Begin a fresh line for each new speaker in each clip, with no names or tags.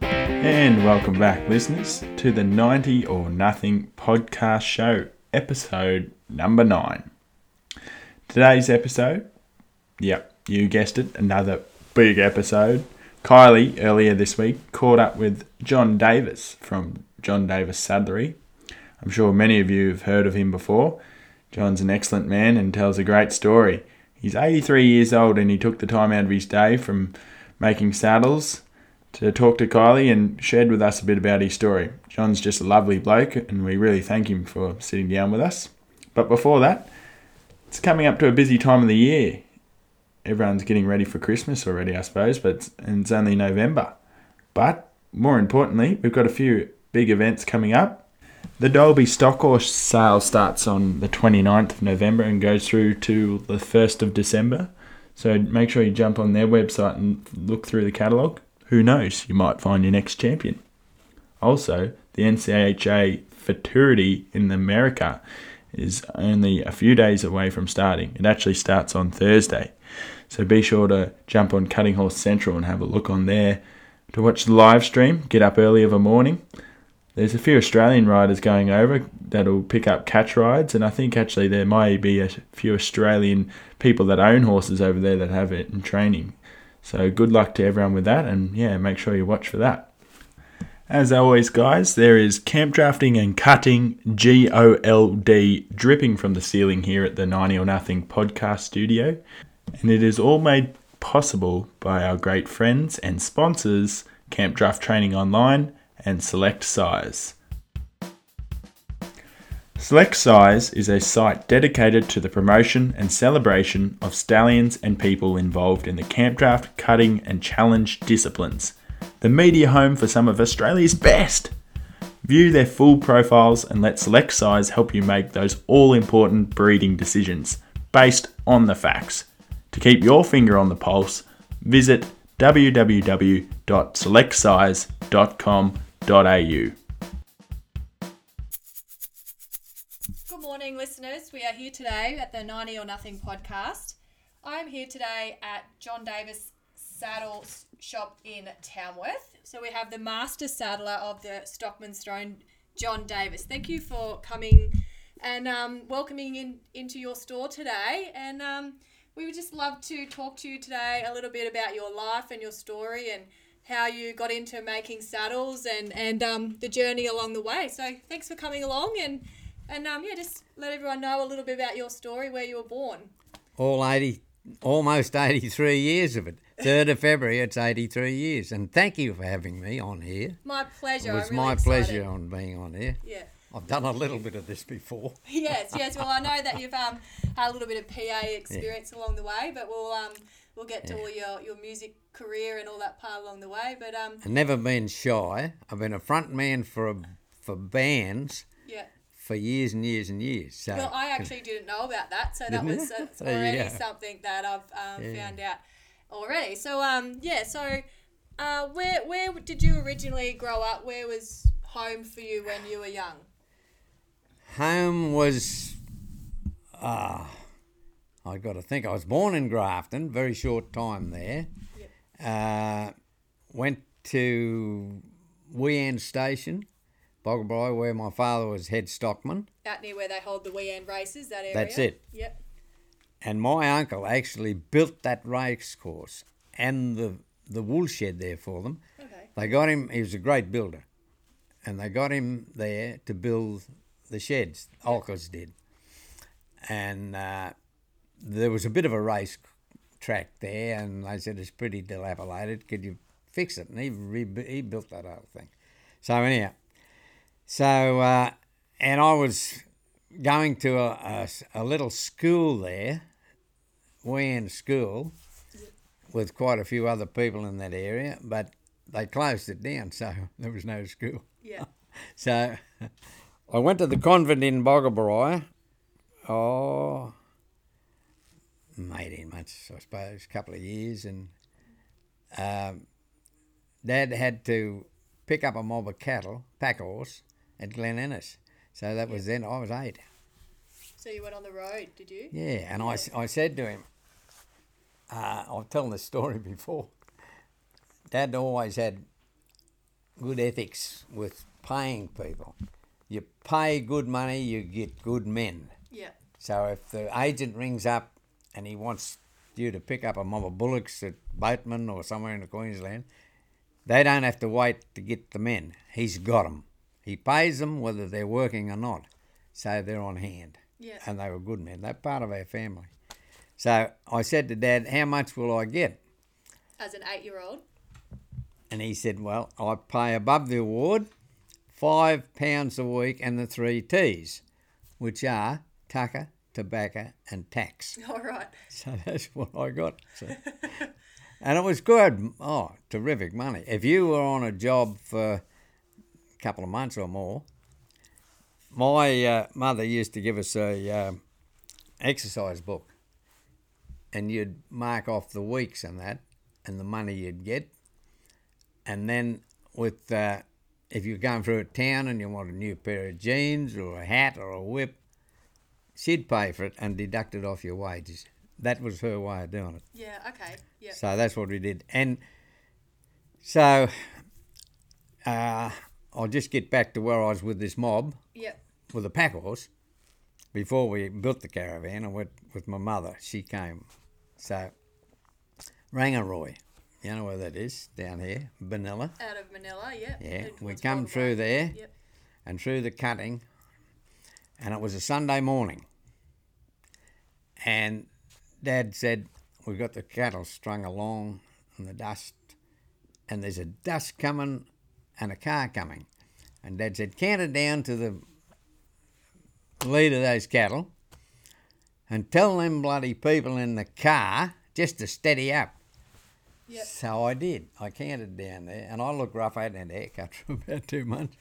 And welcome back, listeners, to the 90 or Nothing podcast show, episode number nine. Today's episode, yep, you guessed it, another big episode. Kylie, earlier this week, caught up with John Davis from John Davis Saddlery. I'm sure many of you have heard of him before. John's an excellent man and tells a great story. He's 83 years old and he took the time out of his day from making saddles to talk to Kylie and shared with us a bit about his story. John's just a lovely bloke, and we really thank him for sitting down with us. But before that, it's coming up to a busy time of the year. Everyone's getting ready for Christmas already, I suppose, but it's, and it's only November. But more importantly, we've got a few big events coming up. The Dolby Stock Horse sale starts on the 29th of November and goes through to the 1st of December. So make sure you jump on their website and look through the catalogue who knows, you might find your next champion. Also, the NCHA Futurity in America is only a few days away from starting. It actually starts on Thursday. So be sure to jump on Cutting Horse Central and have a look on there to watch the live stream. Get up early of a morning. There's a few Australian riders going over that'll pick up catch rides, and I think actually there may be a few Australian people that own horses over there that have it in training. So good luck to everyone with that, and yeah, make sure you watch for that. As always, guys, there is camp drafting and cutting G O L D dripping from the ceiling here at the 90 or Nothing podcast studio, and it is all made possible by our great friends and sponsors, Camp Draft Training Online and Select Size. Select Size is a site dedicated to the promotion and celebration of stallions and people involved in the camp draft, cutting, and challenge disciplines. The media home for some of Australia's best. View their full profiles and let Select Size help you make those all important breeding decisions based on the facts. To keep your finger on the pulse, visit www.selectsize.com.au.
Good morning, listeners. We are here today at the 90 or Nothing podcast. I'm here today at John Davis Saddle Shop in Tamworth. So we have the master saddler of the Stockmanstone, John Davis. Thank you for coming and um, welcoming in into your store today. And um, we would just love to talk to you today a little bit about your life and your story and how you got into making saddles and and um, the journey along the way. So thanks for coming along and. And um, yeah, just let everyone know a little bit about your story, where you were born.
all 80, almost 83 years of it. 3rd of February, it's 83 years. And thank you for having me on here.
My pleasure.
It
I'm
was
really
my
excited.
pleasure on being on here.
Yeah.
I've done a little bit of this before.
Yes, yes. Well, I know that you've um, had a little bit of PA experience along the way, but we'll um, we'll get to all your, your music career and all that part along the way. But um,
I've never been shy. I've been a front man for, a, for bands
yeah.
for years and years and years. So
Well, I actually didn't know about that, so that
Uh, Didn't you? Oh,
was that's
There you
already
go.
something that I've um, found out already. So um, yeah. So uh, where where did you originally grow up? Where was home for you when you were young?
home was ah I got to think I was born in Grafton very short time there uh, went to Wean station Boggabri where my father was head stockman
Out near where they hold the weekend races, that area.
That's it.
Yep.
and my uncle actually built that race course and the the wool shed there for them
Okay.
They got him, he was a great builder, and they got him there to build the sheds, Olkers did. And uh, there was a bit of a race track there, and they said, It's pretty dilapidated, could you fix it? And he, re- he built that whole thing. So, anyhow, so, uh, and I was going to a, a s- a little school there, Wean School with quite a few other people in that area, but they closed it down, so there was no school.
Yeah.
So I went to the convent in Boggabri. Oh, 18 months, I suppose, a couple of years. And um, Dad had to pick up a mob of cattle, pack horse, at Glen Innes. So that was then, I was eight.
So you went on the road, did you?
Yeah, and I, s- I said to him, uh, I've told this story before. Dad always had good ethics with paying people. You pay good money, you get good men.
Yeah.
So if the agent rings up and he wants you to pick up a mob of bullocks at Boatman or somewhere in Queensland, they don't have to wait to get the men. He's got 'em. He pays them whether they're working or not. So they're on hand.
Yeah.
And they were good men. They're part of our family. So I said to Dad, How much will I get?
As an eight-year-old.
And he said, Well, I pay above the award five pounds a week and the three T's, which are tucker, tobacco, and tax.
All right.
So that's what I got. So. and it was good. Oh, terrific money. If you were on a job for a couple of months or more, my uh, mother used to give us a um, exercise book, and you'd mark off the weeks and that, and the money you'd get, and then with uh, if you're going through a town and you want a new pair of jeans or a hat or a whip, she'd pay for it and deduct it off your wages. That was her way of doing it.
Yeah. Okay. Yeah.
So that's what we did. And so uh, I'll just get back to where I was with this mob,
Yeah.
with the pack horse, before we built the caravan. I went with my mother. She came. So Rangaroy, you know where that is, down here, Benilla.
Out of Manila. Yeah.
Yeah,
Headed
we
towards
come
Broadway.
through there
Yep.
and through the cutting, and it was a Sunday morning. And Dad said, We've got the cattle strung along in the dust, and there's a dust coming and a car coming. And Dad said, Canter down to the lead of those cattle and tell them bloody people in the car just to steady up.
Yep.
So I did. I cantered down there, and I looked rough. I hadn't had a haircut for about two months.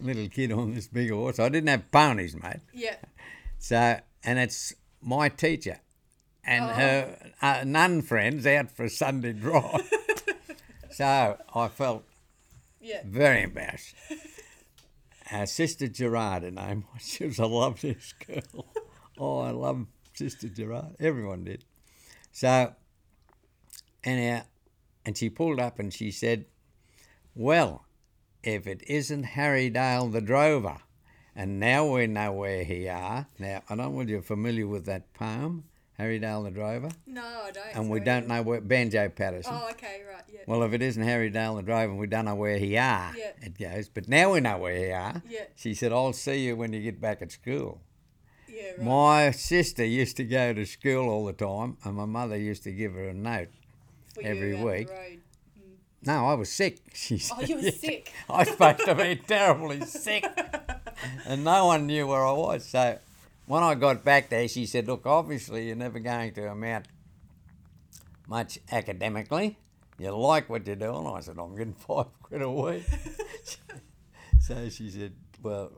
Little kid on this big horse. I didn't have ponies, mate.
Yeah.
So, and it's my teacher and
Oh.
her uh, nun friends out for a Sunday drive. so I felt
Yeah.
very embarrassed. Our sister Gerard, her name was, she was, I love this girl. Oh, I love Sister Gerard. Everyone did. So, and, our, and she pulled up and she said, Well, if it isn't Harry Dale the drover, and now we know where he are. Now, I don't know if you're familiar with that poem, Harry Dale the drover,
No, I don't.
and we
sorry.
don't know where, Banjo Patterson.
Oh, okay. Right. Yeah.
Well, if it isn't Harry Dale the driver, we don't know where he are.
Yeah.
It goes, but now we know where he are.
Yeah.
She said, "I'll see you when you get back at school."
Yeah. Right.
My sister used to go to school all the time, and my mother used to give her a note.
For you
every
out the
week.
road.
No, I was sick. She said,
Oh, you were
Yeah.
sick.
I was supposed to be terribly sick, and no one knew where I was. So, when I got back there, she said, "Look, obviously you're never going to amount much academically. You like what you're doing." I said, "I'm getting five quid a week." so she said, "Well,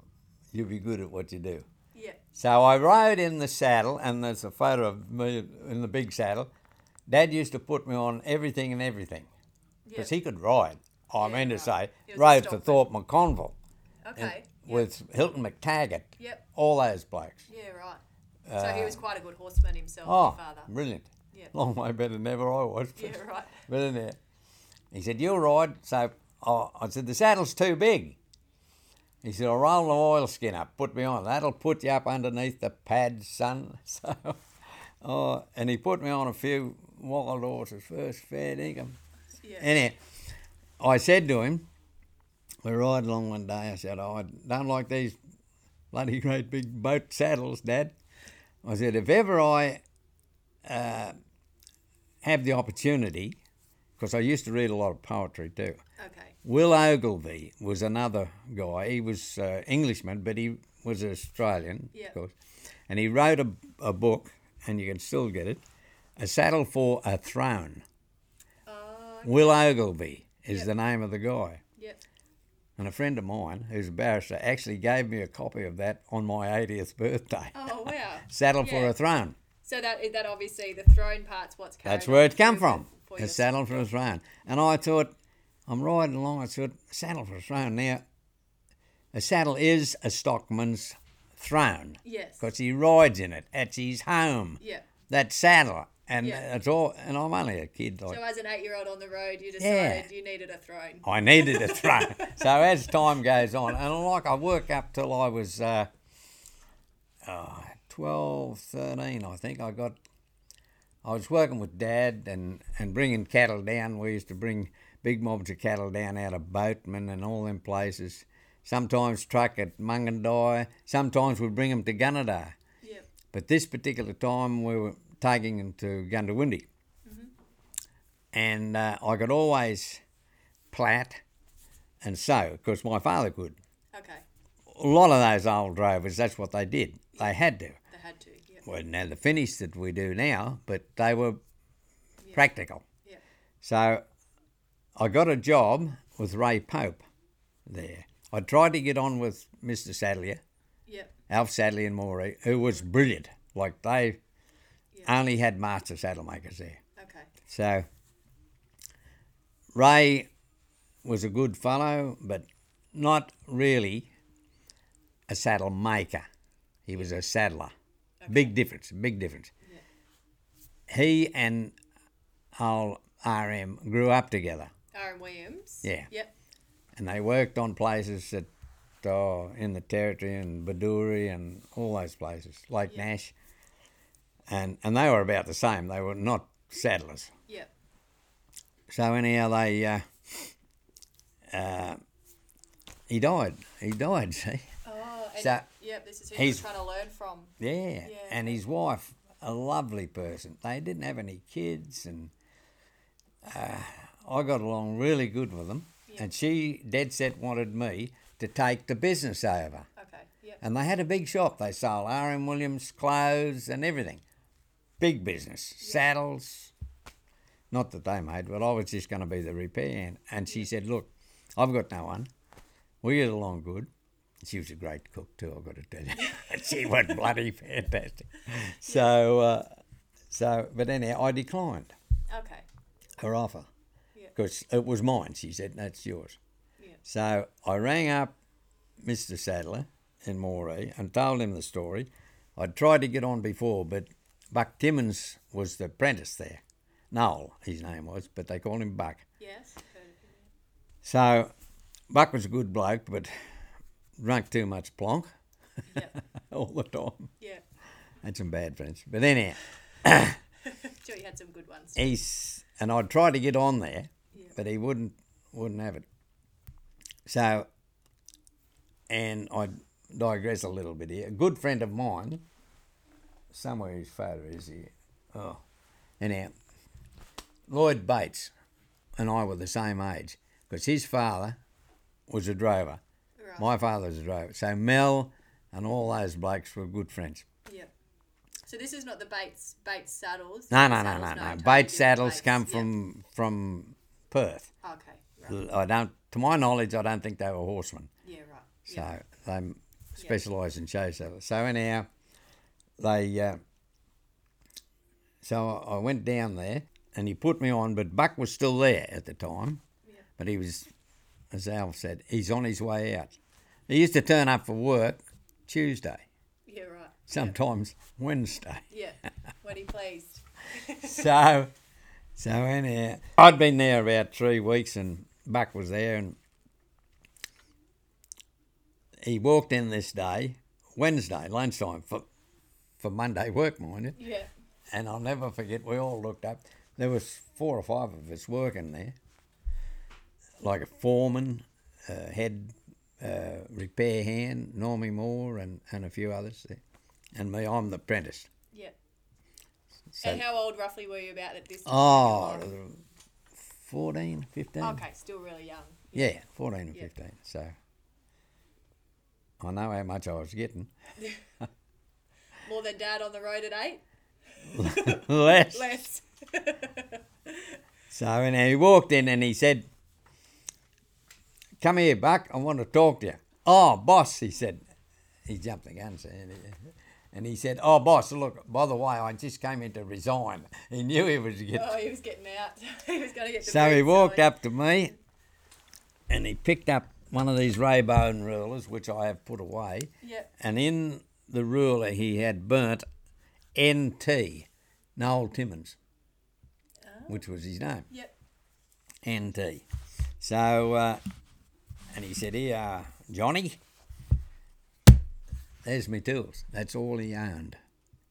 you'll be good at what you do."
Yeah.
So I rode in the saddle, and there's a photo of me in the big saddle. Dad used to put me on everything and everything
Yeah.
because he could ride. I
Yeah,
mean to
right.
say,
He was a
rode for
stockman.
Thorpe McConville
Okay. Yeah.
with Hilton McTaggart,
Yep.
all those blokes.
Yeah. Right. So he was quite a good horseman himself, your
Uh, Oh,
father.
brilliant.
Yeah.
Long way better than ever I was. But,
Yeah. Right.
but anyhow, he said, You'll ride. So I, I said, The saddle's too big. He said, I'll roll the oilskin up, put me on. That'll put you up underneath the pads, son. So, oh, and he put me on a few wild horses first, fair dinkum.
Yeah.
Anyhow, I said to him, we ride along one day. I said, oh, I don't like these bloody great big boat saddles, Dad. I said, if ever I uh, have the opportunity, because I used to read a lot of poetry too.
okay.
Will Ogilvy was another guy. He was uh, Englishman, but he was Australian,
Yeah.
of course. And he wrote a, a book, and you can still get it, A Saddle for a Throne.
Uh,
Will Ogilvy is
Yep.
the name of the guy.
yep.
And a friend of mine, who's a barrister, actually gave me a copy of that on my 80th birthday.
Oh wow.
Saddle for
yeah.
a Throne.
So that that obviously the throne part's what's carried
That's where it come
through
from.
for
A
your-
saddle for a throne. And I thought, I'm riding along, I thought, saddle for a throne. Now, a saddle is a stockman's throne
Yes.
because he rides in it. It's his home.
Yeah.
That saddle, and
Yeah.
it's all. And I'm only a kid. Like
So as an eight-year-old on the road, you decided you needed a throne.
I needed a throne. so as time goes on, and like I work up till I was uh, uh, 12, 13, I think I got. I was working with Dad and, and bringing cattle down. We used to bring big mobs of cattle down out of Boatman and all them places. Sometimes truck at Mungandai. Sometimes we'd bring them to Gunnedah.
Yeah.
But this particular time, we were taking him to Gundawindi. And uh, I could always plat and sow, because my father could.
Okay.
A lot of those old drovers, that's what they did. They had to.
They had to. Yeah.
Well, now the finish that we do now, but they were practical.
Yeah.
So I got a job with Ray Pope there. I tried to get on with Mr. Sadlier.
Yeah.
Alf Sadley and Morey, who was brilliant. Like they only had master saddle makers there.
Okay.
So Ray was a good fellow, but not really a saddle maker. He was a saddler. Big difference, big difference. He and old RM grew up together
Aaron Williams.
Yeah.
Yep.
and they worked on places that oh, in the territory and Baduri and all those places, Lake Nash. And and they were about the same. They were not saddlers.
Yep.
So anyhow, they uh, uh, he died. He died. See,
Oh. And
So-
yep. This is who
he's-
he's trying to learn from.
yeah. And his wife, a lovely person. They didn't have any kids, and uh, I got along really good with them. And she dead set wanted me to take the business over.
Okay. Yep.
And they had a big shop. They sold R.M. Williams clothes and everything. Big business. Saddles. Not that they made, but I was just going to be the repair. And, and she said, Look, I've got no one. We get along good. She was a great cook, too, I've got to tell you. she was bloody fantastic. So, uh, so, but anyhow, I declined
Okay.
her offer
Yeah.
because it was mine. She said, That's yours.
Yeah.
So I rang up Mr. Sadler in Moree and told him the story. I'd tried to get on before, but Buck Timmins was the apprentice there. Noel, his name was, but they called him Buck.
Yes. heard of him.
So Buck was a good bloke, but drank too much plonk
Yep.
all the time.
Yeah.
Had some bad friends. But anyhow,
Sure, you had some good ones.
he's and I'd try to get on there, but he wouldn't wouldn't have it. So, and I digress a little bit here. A good friend of mine, somewhere his photo is here. Oh, anyhow, Lloyd Bates and I were the same age because his father was a drover.
Right.
My father was a drover. So Mel and all those blokes were good friends.
Yep. So this is not the Bates Bates saddles.
No,
These
no, no,
saddles,
no, no.
totally
Bates
different
saddles
Bates.
come
Yep.
from from Perth.
Okay. Right.
I don't, to my knowledge, I don't think they were horsemen.
Yeah. Right.
So
Yeah.
they specialise in show saddles. So anyhow, they. Uh, so I I went down there, and he put me on, but Buck was still there at the time, but he was, as Al said, he's on his way out. He used to turn up for work Tuesday,
Yeah. Right.
sometimes Wednesday.
Yeah. When he pleased.
so, so anyhow, I'd been there about three weeks, and Buck was there, and he walked in this day, Wednesday lunchtime for for Monday work, mind you.
Yeah.
And I'll never forget. We all looked up. There was four or five of us working there, like a foreman, a head uh, repair hand, Normie Moore, and, and a few others, there. and me. I'm the apprentice.
Yeah.
So-
and how old roughly were you about at this? time?
Oh, 14, 15.
Okay. Still really young.
Yeah, 14 and 15. So I know how much I was getting.
More than Dad on the road at eight.
Less.
Less.
So and he walked in and he said, Come here, Buck, I want to talk to you. Oh, boss, he said. He jumped the gun, see, and he, and he said, Oh, boss, look, by the way, I just came in to resign. He knew he was getting
Oh, he was getting out. he was going to get. The
So he
boots,
walked
Sally.
up to me and he picked up one of these Raybone rulers, which I have put away.
Yep.
And in the ruler he had burnt NT, Noel Timmins, which was his name.
Yep.
NT. So, uh, and he said, Here, Johnny, there's me tools. That's all he owned.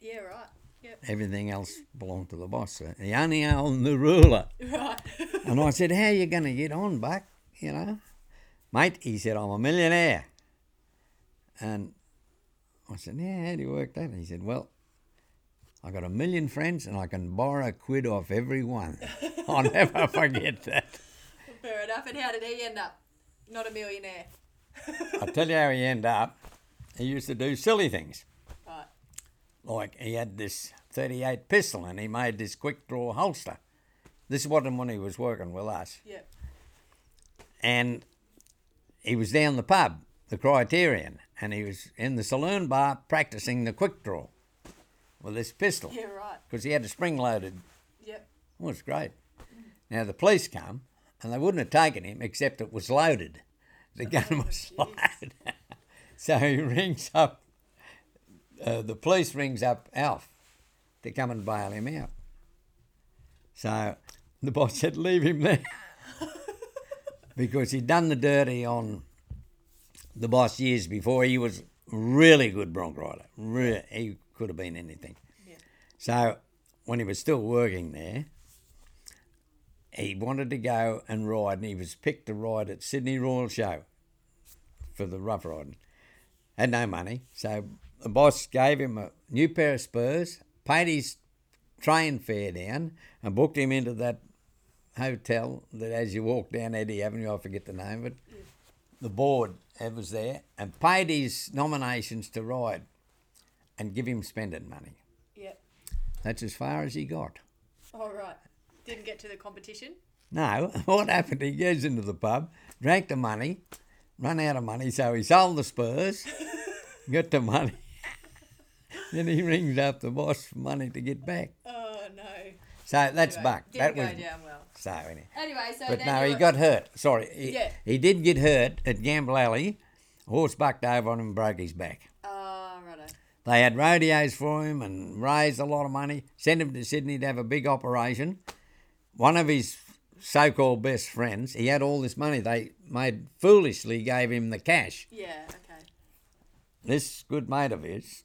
Yeah, right. Yep.
Everything else belonged to the boss. He only owned the ruler.
Right.
And I said, How you going to get on, Buck? You know? Mate, he said, I'm a millionaire. And I said, Yeah, how do you work that? he said, Well, I got a million friends and I can borrow a quid off every one. I'll never forget that.
Fair enough. And how did he end up? Not a millionaire.
I'll tell you how he ended up. He used to do silly things.
Right.
Like he had this 38 pistol and he made this quick draw holster. This wasn't when he was working with us.
Yep.
and he was down the pub, the Criterion, and he was in the saloon bar practicing the quick draw with this pistol
Yeah, right.
because he had a spring loaded.
Yep.
It was great. Now the police come and they wouldn't have taken him except it was loaded. The gun was loaded. so he rings up. Uh, the police rings up Alf to come and bail him out. So the boss said, "Leave him there," because he'd done the dirty on the boss years before. He was really good bronc rider. Really, he could have been anything.
Yeah.
So when he was still working there, he wanted to go and ride, and he was picked to ride at Sydney Royal Show for the rough riding. Had no money, so the boss gave him a new pair of spurs, paid his train fare down, and booked him into that hotel that as you walk down Eddie Avenue, I forget the name of it, the board that was there, and paid his nominations to ride and give him spending money.
Yep.
That's as far as he got.
All right. Didn't get to the competition.
No, what happened? He goes into the pub, drank the money, run out of money, so he sold the Spurs, got the money. then he rings up the boss for money to get back.
Oh no.
So that's
Anyway,
Buck.
Didn't
That
go
was
down well.
so anyway.
Anyway, so
But
then
no,
you
he
were-
got hurt. Sorry, he,
Yeah.
he did get hurt at Gamble Alley. A horse bucked over on him and broke his back.
Oh, righto.
They had rodeos for him and raised a lot of money, sent him to Sydney to have a big operation. One of his so called best friends, he had all this money. They made foolishly gave him the cash.
Yeah. Okay.
This good mate of his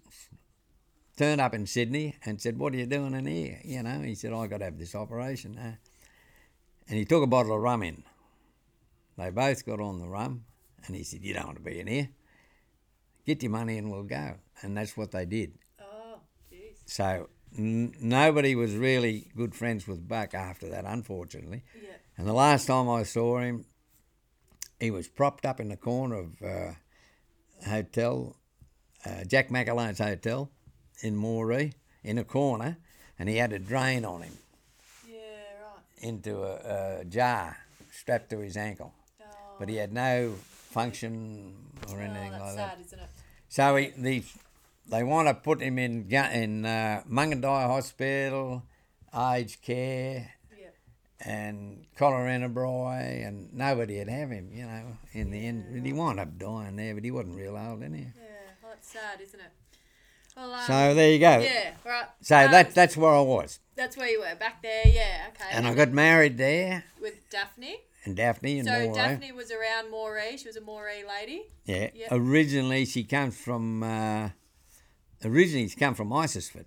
turned up in Sydney and said, What are you doing in here? You know, he said, i got to have this operation. uh." and he took a bottle of rum in. They both got on the rum and he said, You don't want to be in here. Get your money and we'll go. And that's what they did.
Oh, jeez.
So n- nobody was really good friends with Buck after that, unfortunately.
Yeah.
And the last time I saw him, he was propped up in the corner of uh, hotel, uh, Jack McAlone's hotel in Moree, in a corner, and he had a drain on him
Yeah. Right.
into a, a jar strapped to his ankle.
Oh.
But he had no function or
Oh,
anything
that's
like that.
sad, isn't it?
So he, the, they want to put him in Gu- in uh, Mungandai Hospital, aged care,
Yep.
and Coloranabroy, and nobody would have him, you know, in the end. He wound up dying there, but he wasn't real old, anyhow.
Yeah. Well, that's sad, isn't it? Well, um,
So there you go.
yeah. Right.
So
Um,
that, that's where I was.
that's where you were back there. Yeah. Okay.
And I got married there,
with Daphne.
and Daphne and
So
Morley.
Daphne was around Moree. She was a Moree lady.
Yeah.
yeah.
Originally, she comes from, uh, originally, she come from Isisford,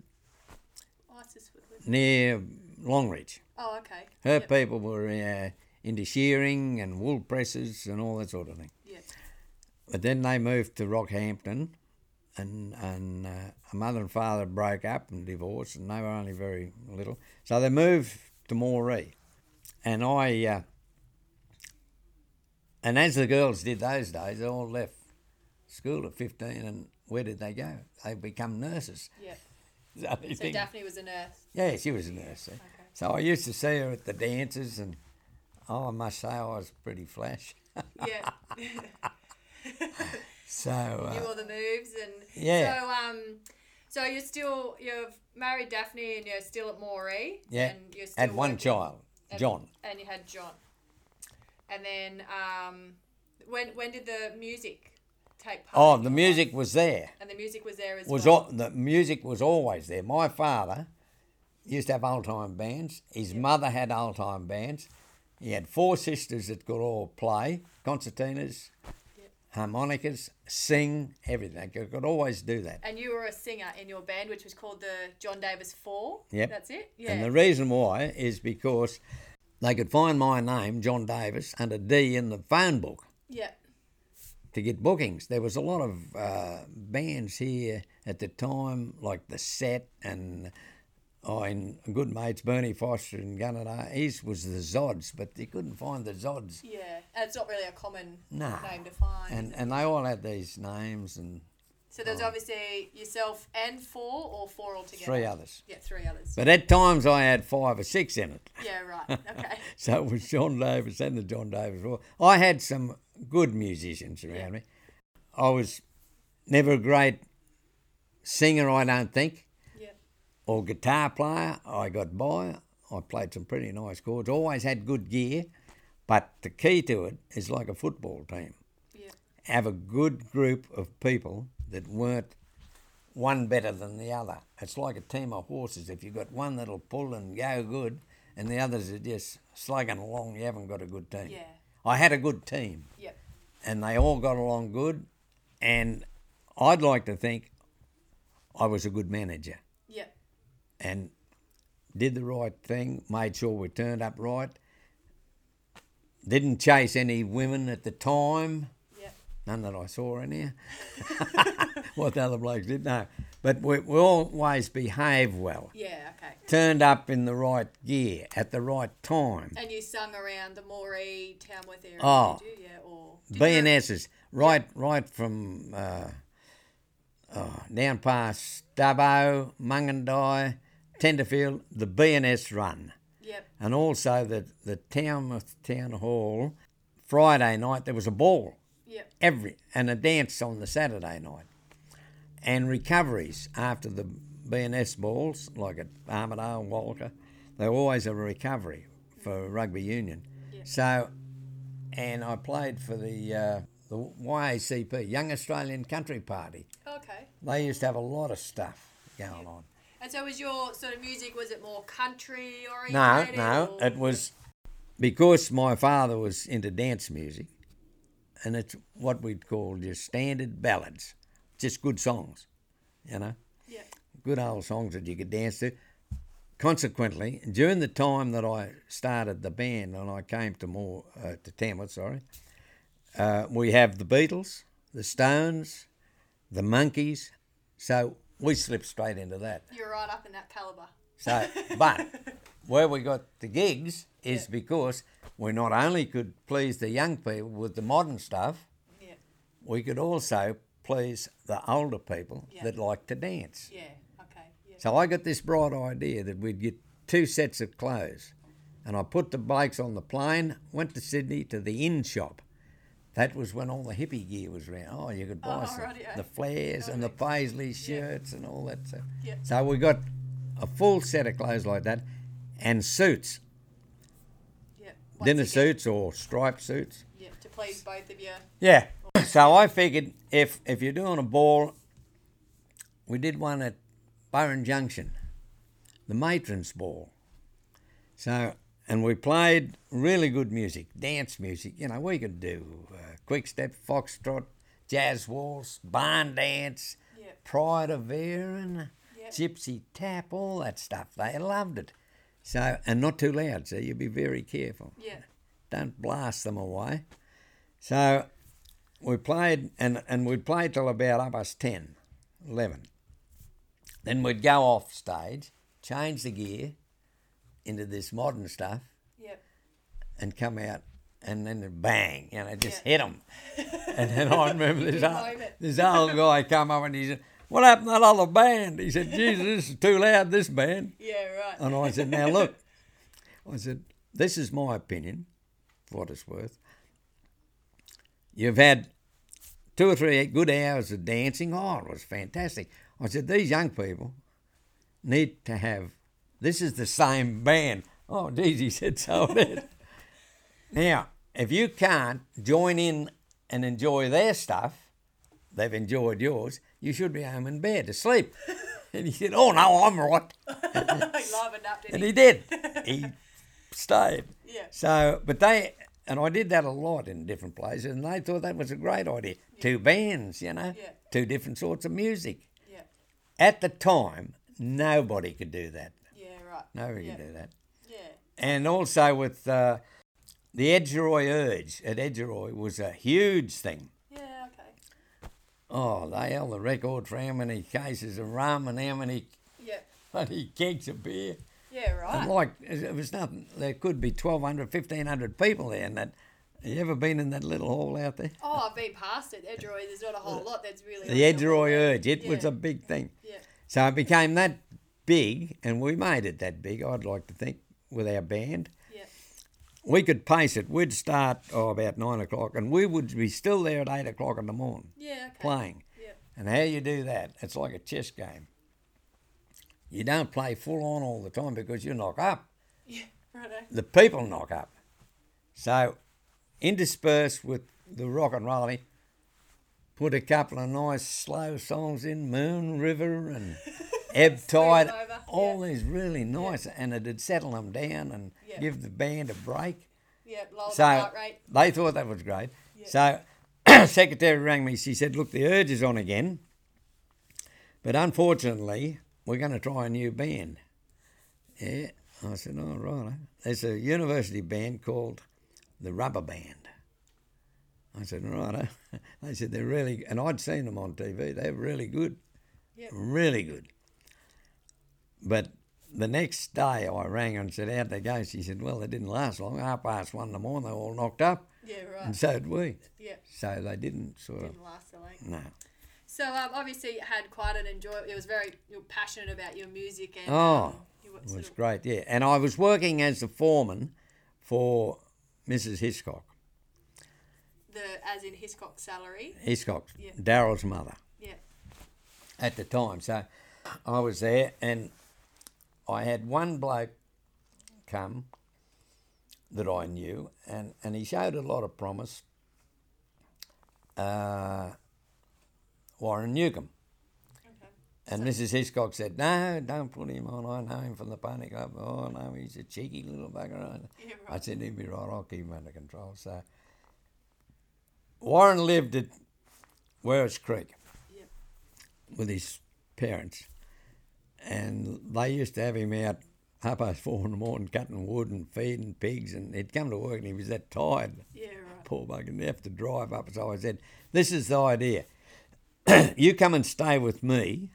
Isis was Oh, with.
near Longreach.
Oh, okay.
Her
Yep.
people were uh, into shearing and wool presses and all that sort of thing.
Yep.
But then they moved to Rockhampton, and and uh, her mother and father broke up and divorced, and they were only very little. So they moved to Moree, and I. Uh, and as the girls did those days, they all left school at fifteen, and where did they go? They become nurses.
Yep.
So, they
So
think-
Daphne was a nurse.
yeah, she was a nurse. eh? So I used to see her at the dances, and oh, I must say I was pretty flash.
Yeah.
So
knew
uh,
all the moves and
Yeah.
So um, so you're still you've married Daphne and you're still at Moree.
yeah,
And you're still
had one
working.
child,
And-
John.
And you had John. And then um, when when did the music take part.
Oh,
in
the
your
music was there.
life. And the music was there as
Was
well.
all, the music was always there. My father used to have old time bands. His mother had old time bands. He had four sisters that could all play concertinas, harmonicas, sing, everything. They could always do that.
and you were a singer in your band, which was called the John Davis Four.
Yep.
That's it. Yeah.
And the reason why is because they could find my name, John Davis, under D in the phone book
yeah.
to get bookings. There was a lot of uh, bands here at the time, like The Set and oh, and good mates, Bernie Foster and Gunnar. His was The Zods, but they couldn't find The Zods.
Yeah. And it's not really a common
No.
name to find.
And, and they all had these names and
so there's obviously yourself and four or four altogether.
three others.
Yeah, three others.
But at times I had five or six in it.
yeah, right. Okay.
So it was John Davis and the John Davis War. I had some good musicians around me. I was never a great singer, I don't think,
yeah.
or guitar player. I got by. I played some pretty nice chords. Always had good gear, but the key to it is like a football team.
Yeah.
Have a good group of people that weren't one better than the other. It's like a team of horses. If you've got one that'll pull and go good, and the others are just slugging along, you haven't got a good team.
Yeah.
I had a good team,
Yep.
and they all got along good, and I'd like to think I was a good manager
Yep.
and did the right thing, made sure we turned up right. Didn't chase any women at the time.
Yep.
None that I saw in here. what the other blokes did, no. But we, we always behave well.
Yeah. Okay.
Turned up in the right gear at the right time.
And you sung around the Moree, Tamworth area.
Oh.
Did you? Yeah. Or did you-
BNS's right, right from uh, oh, down past Dubbo, Mungandai, Tenterfield, the BNS run,
Yep.
and also the the Tamworth Town Hall. Friday night there was a ball.
Yep.
every and a dance on the Saturday night, and recoveries after the BNS balls, like at Armidale, Walker, they always have a recovery for rugby union. So, and I played for the uh, the YACP Young Australian Country Party.
Okay.
They used to have a lot of stuff going on.
And so was your sort of music? Was it more country
No,
oriented?
no,
or-
it was because my father was into dance music, and it's what we'd call just standard ballads, just good songs, you know,
Yep.
good old songs that you could dance to. Consequently, during the time that I started the band and I came to more uh, to Tamworth, sorry, uh, we have the Beatles, the Stones, the Monkeys, so we slipped straight into that.
You're right up in that caliber.
So, but where we got the gigs is because we not only could please the young people with the modern stuff,
Yep.
we could also please the older people
Yeah.
that like to dance.
Yeah. Okay. Yeah.
So I got this bright idea that we'd get two sets of clothes. And I put the bikes on the plane, went to Sydney to the inn shop. That was when all the hippie gear was around. Oh, you could buy
Oh,
some,
rightio.
the flares and the paisley shirts and all that stuff.
Yeah.
So we got a full set of clothes like that and suits,
Yep.
dinner
again,
suits or striped suits.
Yep. To please both of you.
Yeah. So I figured if if you're doing a ball, we did one at Byron Junction, the Matron's Ball. So and we played really good music, dance music. You know, we could do uh, quick step, foxtrot, jazz waltz, barn dance,
Yep.
Pride of Erin,
Yep.
Gypsy Tap, all that stuff. They loved it. So and not too loud. So you be very careful
Yeah.
don't blast them away. So we played, and, and we played till about up us 10, 11. Then we'd go off stage, change the gear into this modern stuff,
Yep.
and come out, and then bang, you know, just
Yeah.
hit 'em. And then I remember this
Good
old,
moment.
this old guy come up and he said, "What happened to that other band?" He said, "Jesus, this is too loud. This band."
Yeah. Right.
And I said, now look, I said, this is my opinion, for what it's worth. You've had two or three good hours of dancing. Oh, it was fantastic. I said, these young people need to have, this is the same band. Oh, geez, he said, so it is. now, if you can't join in and enjoy their stuff, they've enjoyed yours. You should be home in bed asleep. and he said, Oh, no, I'm right.
he livened up, didn't
And
he?
he did. He stayed.
Yeah.
So, but they, and I did that a lot in different places, and they thought that was a great idea. Two bands, you know,
Yeah.
two different sorts of music.
Yeah.
At the time, nobody could do that.
Yeah, right.
Nobody
yeah.
could do that.
Yeah.
And also with uh, the Edgeroy Urge at Edgeroy was a huge thing.
Yeah, okay.
Oh, they held the record for how many cases of rum and how many
Yeah.
bloody kegs of beer.
Yeah,
And
right.
like, it was nothing. There could be 1,200, 1,500 people there. And that, you ever been in that little hall out there?
Oh, I've been past it. Edgeroy, there's not a whole lot that's really.
The Edgeroy Urge, it was
Yeah.
a big thing.
Yeah.
So it became that big, and we made it that big, I'd like to think, with our band.
Yeah.
We could pace it. We'd start oh, about nine o'clock, and we would be still there at eight o'clock in the morning
Yeah, okay.
playing.
Yeah.
And how you do that, it's like a chess game. You don't play full on all the time because you knock up.
Yeah. Righto.
The people knock up. So, interspersed with the rock and rolly, put a couple of nice slow songs in Moon River and Ebb Tide,
over,
all these really nice, and it'd settle them down and
Yeah.
give the band a break.
Yeah, lower the
So
heart rate.
they thought that was great. So secretary rang me. She said, "Look, the urge is on again, but unfortunately, we're going to try a new band." Yeah, I said, "All right." There's a university band called the Rubber Band. I said, "Right." They said they're really, and I'd seen them on TV. They're really good,
Yep.
really good. But the next day, I rang and said, "How'd they go?" She said, "Well, they didn't last long. Half past one in the morning, they were all knocked up."
Yeah,
And
right.
so did we.
Yeah.
So they didn't sort of.
Didn't last the length.
No.
So um, obviously you had quite an enjoyable. It was very you were passionate about your music and
Oh,
um, you were
It
sort
was
of,
great, yeah. And I was working as the foreman for Mrs. Hiscock.
the as in Hiscock salary.
Hiscock,
Yeah.
Daryl's mother
Yeah,
at the time. So I was there and I had one bloke come that I knew and, and he showed a lot of promise. Uh, Warren Newcomb.
okay,
And Mrs. Hiscock said, No, don't put him on. I know him from the pony club. Oh, no, he's a cheeky little bugger.
Yeah,
I
right.
said, He'll be right. I'll keep him under control. So Warren lived at Werris Creek
Yep.
with his parents. And they used to have him out half past four in the morning cutting wood and feeding pigs. And he'd come to work and he was that tired
yeah, right.
poor bugger didn't have to drive up. So I said, This is the idea. you come and stay with me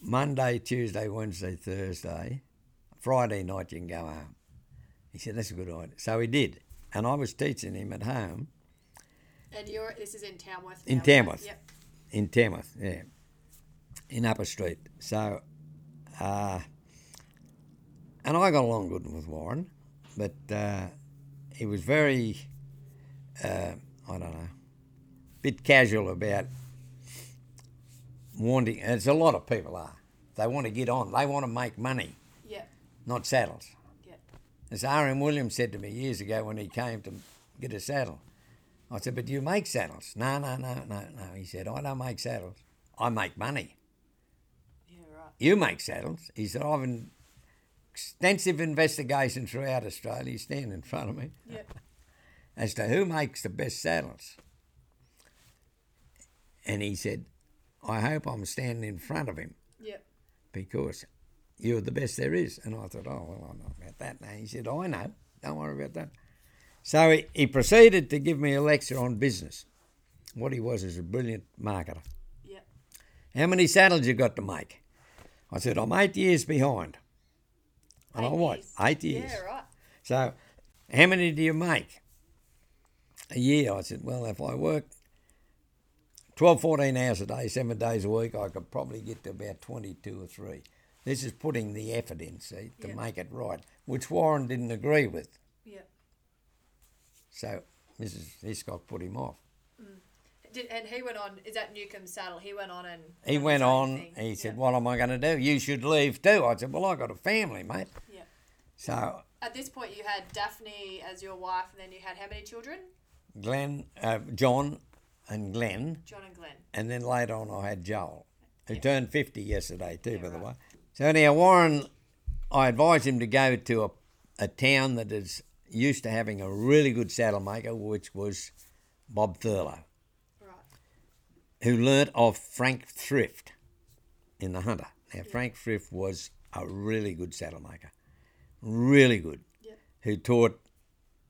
Monday, Tuesday, Wednesday, Thursday. Friday night, you can go home. He said, That's a good idea. So he did. And I was teaching him at home
And you're this is in Tamworth.
In
now, right?
Tamworth.
Yep.
in Tamworth, yeah, in Upper Street. So, uh, and I got along good with Warren, but uh, he was very, uh, I don't know, bit casual about wanting, as a lot of people are. They want to get on, they want to make money,
Yep.
not saddles.
Yep.
As R.M. Williams said to me years ago when he came to get a saddle, I said, But you make saddles. No, no, no, no, no. He said, I don't make saddles. I make money.
Yeah, right.
You make saddles. He said, I've an extensive investigation throughout Australia. He's standing in front of me
Yep.
as to who makes the best saddles. And he said, I hope I'm standing in front of him
Yep.
because you're the best there is. And I thought, oh, well, I know about that. And he said, I know. Don't worry about that. So he, he proceeded to give me a lecture on business. What he was is a brilliant marketer.
Yep.
How many saddles you got to make? I said, I'm eight years behind. And I
Eight
was.
years.
Eight years.
Yeah, right.
So, how many do you make a year? I said, well, if I work 12, 14 hours a day, seven days a week, I could probably get to about 22 or 3. This is putting the effort in, see, to
Yeah.
make it right, which Warren didn't agree with.
Yep.
So, Mrs. Hiscock put him off.
Did, and he went on. Is that Newcomb saddle? He went on and
He
done
went
his own
on,
thing.
he said,
Yep.
What am I going to do? You should leave too. I said, Well, i got a family, mate.
Yep.
So,
At this point, you had Daphne as your wife, and then you had how many children?
Glenn, uh, John, and Glenn,
John and Glenn.
and then later on I had Joel, who turned 50 yesterday too, by the way. So now Warren, I advised him to go to a, a town that is used to having a really good saddle maker, which was Bob Thurlow,
Right.
who learnt of Frank Thrift in the Hunter. Now Frank Thrift was a really good saddle maker, really good,
Yep.
who taught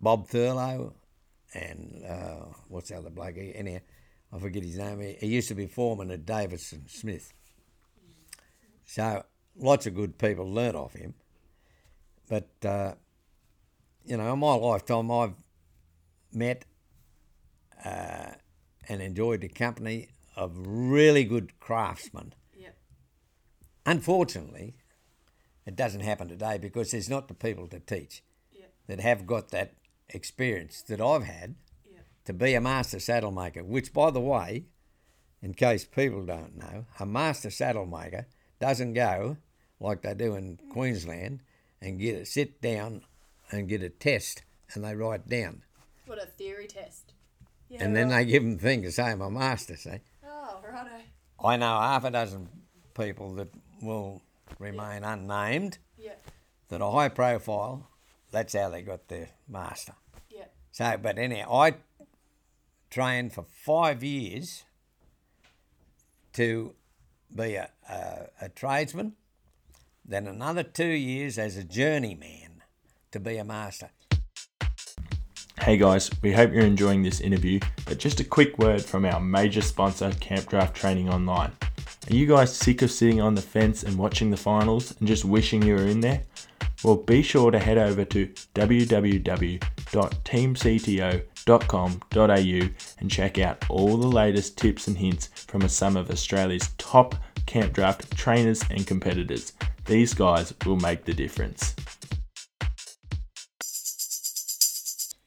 Bob Thurlow and uh, what's the other bloke? He- Anyhow, I forget his name. He, he used to be foreman at Davidson Smith. So lots of good people learnt off him. But, uh, you know, in my lifetime, I've met uh, and enjoyed the company of really good craftsmen.
Yep.
Unfortunately, it doesn't happen today because there's not the people to teach
Yep.
that have got that experience that I've had
Yep.
to be a master saddle maker, which, by the way, in case people don't know, a master saddle maker doesn't go like they do in Queensland and get a sit down and get a test and they write down.
What a theory test. Yeah,
and then
right.
they give them things to say, I'm a master, see.
Oh, righto.
I know half a dozen people that will remain unnamed
Yep.
that are high profile. That's how they got their master.
Yep.
So, but anyhow, I trained for five years to be a, a, a tradesman, then another two years as a journeyman to be a master.
Hey guys, we hope you're enjoying this interview, but just a quick word from our major sponsor, Campdraft Training Online. Are you guys sick of sitting on the fence and watching the finals and just wishing you were in there? Well, be sure to head over to www.teamcto.com.au and check out all the latest tips and hints from some of Australia's top Campdraft trainers and competitors. These guys will make the difference.